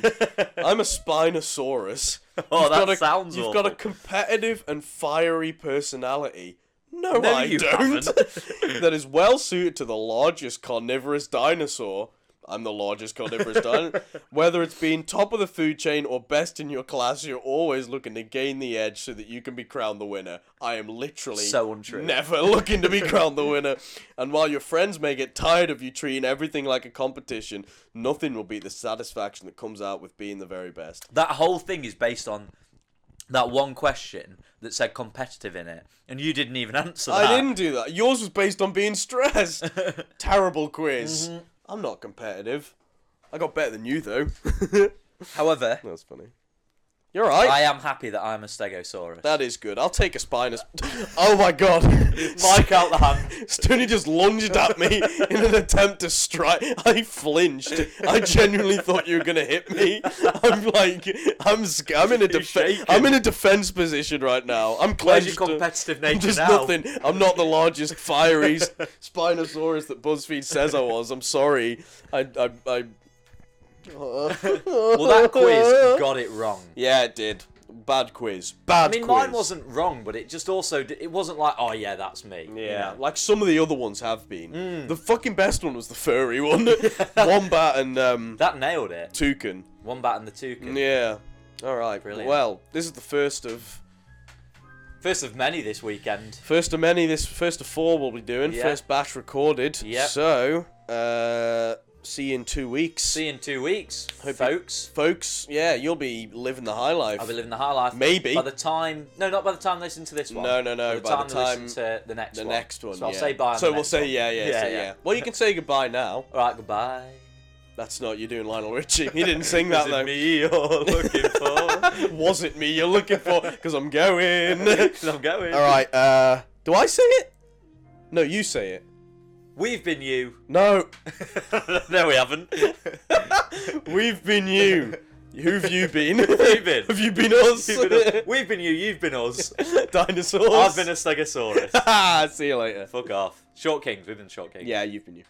S2: I'm a Spinosaurus.
S1: Oh,
S2: You've
S1: that
S2: got a,
S1: sounds
S2: You've got a
S1: awful.
S2: competitive and fiery personality. No,
S1: No,
S2: I
S1: you
S2: don't. <laughs>
S1: haven't.
S2: that is well suited to the largest carnivorous dinosaur. I'm the largest carnivorous
S1: <laughs>
S2: dinosaur. Whether it's being top of the food chain or best in your class, you're always looking to gain the edge so that you can be crowned the winner. I am literally
S1: So untrue.
S2: never
S1: <laughs>
S2: looking to be crowned the winner. And while your friends may get tired of you treating everything like a competition, nothing will beat the satisfaction that comes out with being the very best.
S1: that whole thing is based on that one question that said competitive in it, and you didn't even answer that.
S2: I didn't do that. Yours was based on being stressed.
S1: <laughs>
S2: Terrible
S1: Mm-hmm.
S2: quiz. I'm not competitive. I got better than
S1: <laughs>
S2: you though. <laughs>
S1: However,
S2: That's funny. You're right.
S1: I am happy that I'm a stegosaurus.
S2: that is good. I'll take a spinus. <laughs> oh my god.
S1: Mike out the hand.
S2: Stoney just lunged at me <laughs> in an attempt to strike. I flinched. I genuinely thought you were gonna hit me. I'm like, I'm, sc- I'm in a defense.
S1: shaking.
S2: I'm in a defense position right now. I'm
S1: Where's your
S2: clenched.
S1: competitive
S2: I'm
S1: nature
S2: uh, <laughs> just
S1: now?
S2: nothing. I'm not the largest fiery s- <laughs> Spinosaurus that BuzzFeed says I was. I'm sorry. I, I, I... well,
S1: Well, that
S2: <laughs>
S1: quiz got it wrong.
S2: Yeah, it did. Bad quiz. Bad
S1: I mean,
S2: quiz.
S1: mine wasn't wrong, but it just also d- it wasn't like, oh yeah, that's me. you
S2: Yeah,
S1: know?
S2: like some of the other ones have been.
S1: Mm.
S2: The fucking best one was the furry
S1: <laughs>
S2: one, <laughs> wombat and um,
S1: that nailed it.
S2: toucan.
S1: One bat and the toucan.
S2: Yeah. All right.
S1: Brilliant.
S2: Well, this is the first of
S1: First of many this weekend.
S2: First of many. This first of four we'll be doing.
S1: Yeah.
S2: First batch recorded.
S1: Yep.
S2: So, uh, see you in two weeks,
S1: See you in two weeks,
S2: Hope you-
S1: folks.
S2: folks. Yeah, you'll be living the high life.
S1: I'll be living the high life.
S2: Maybe.
S1: By the time. No, not by the time they listen to this one.
S2: No, no,
S1: By
S2: no,
S1: the
S2: by
S1: time,
S2: the
S1: they
S2: time-
S1: listen to the next
S2: the
S1: one.
S2: next one.
S1: So I'll
S2: yeah.
S1: say bye. on
S2: So
S1: the
S2: we'll
S1: next
S2: say
S1: one.
S2: yeah, yeah, yeah, yeah, Well, you can say goodbye now.
S1: Alright, goodbye.
S2: That's not you doing Lionel Richie. He didn't <laughs> sing that
S1: Is it
S2: though.
S1: me you're looking for?
S2: <laughs> Was it me you're looking <laughs> for? Because I'm going.
S1: 'Cause I'm going.
S2: <laughs> All right. Uh, do I say it? No, you say it.
S1: We've been
S2: <laughs>
S1: you.
S2: No,
S1: no, we haven't. <laughs>
S2: we've been <laughs> you. Who've you been?
S1: you been?
S2: <laughs> Have you been us?
S1: We've been us- We've been you. You've been <laughs> us.
S2: <laughs> Dinosaurs.
S1: I've been a stegosaurus.
S2: Ah, <laughs> see you later.
S1: Fuck off. Short kings. We've been short kings.
S2: Yeah, you've been you.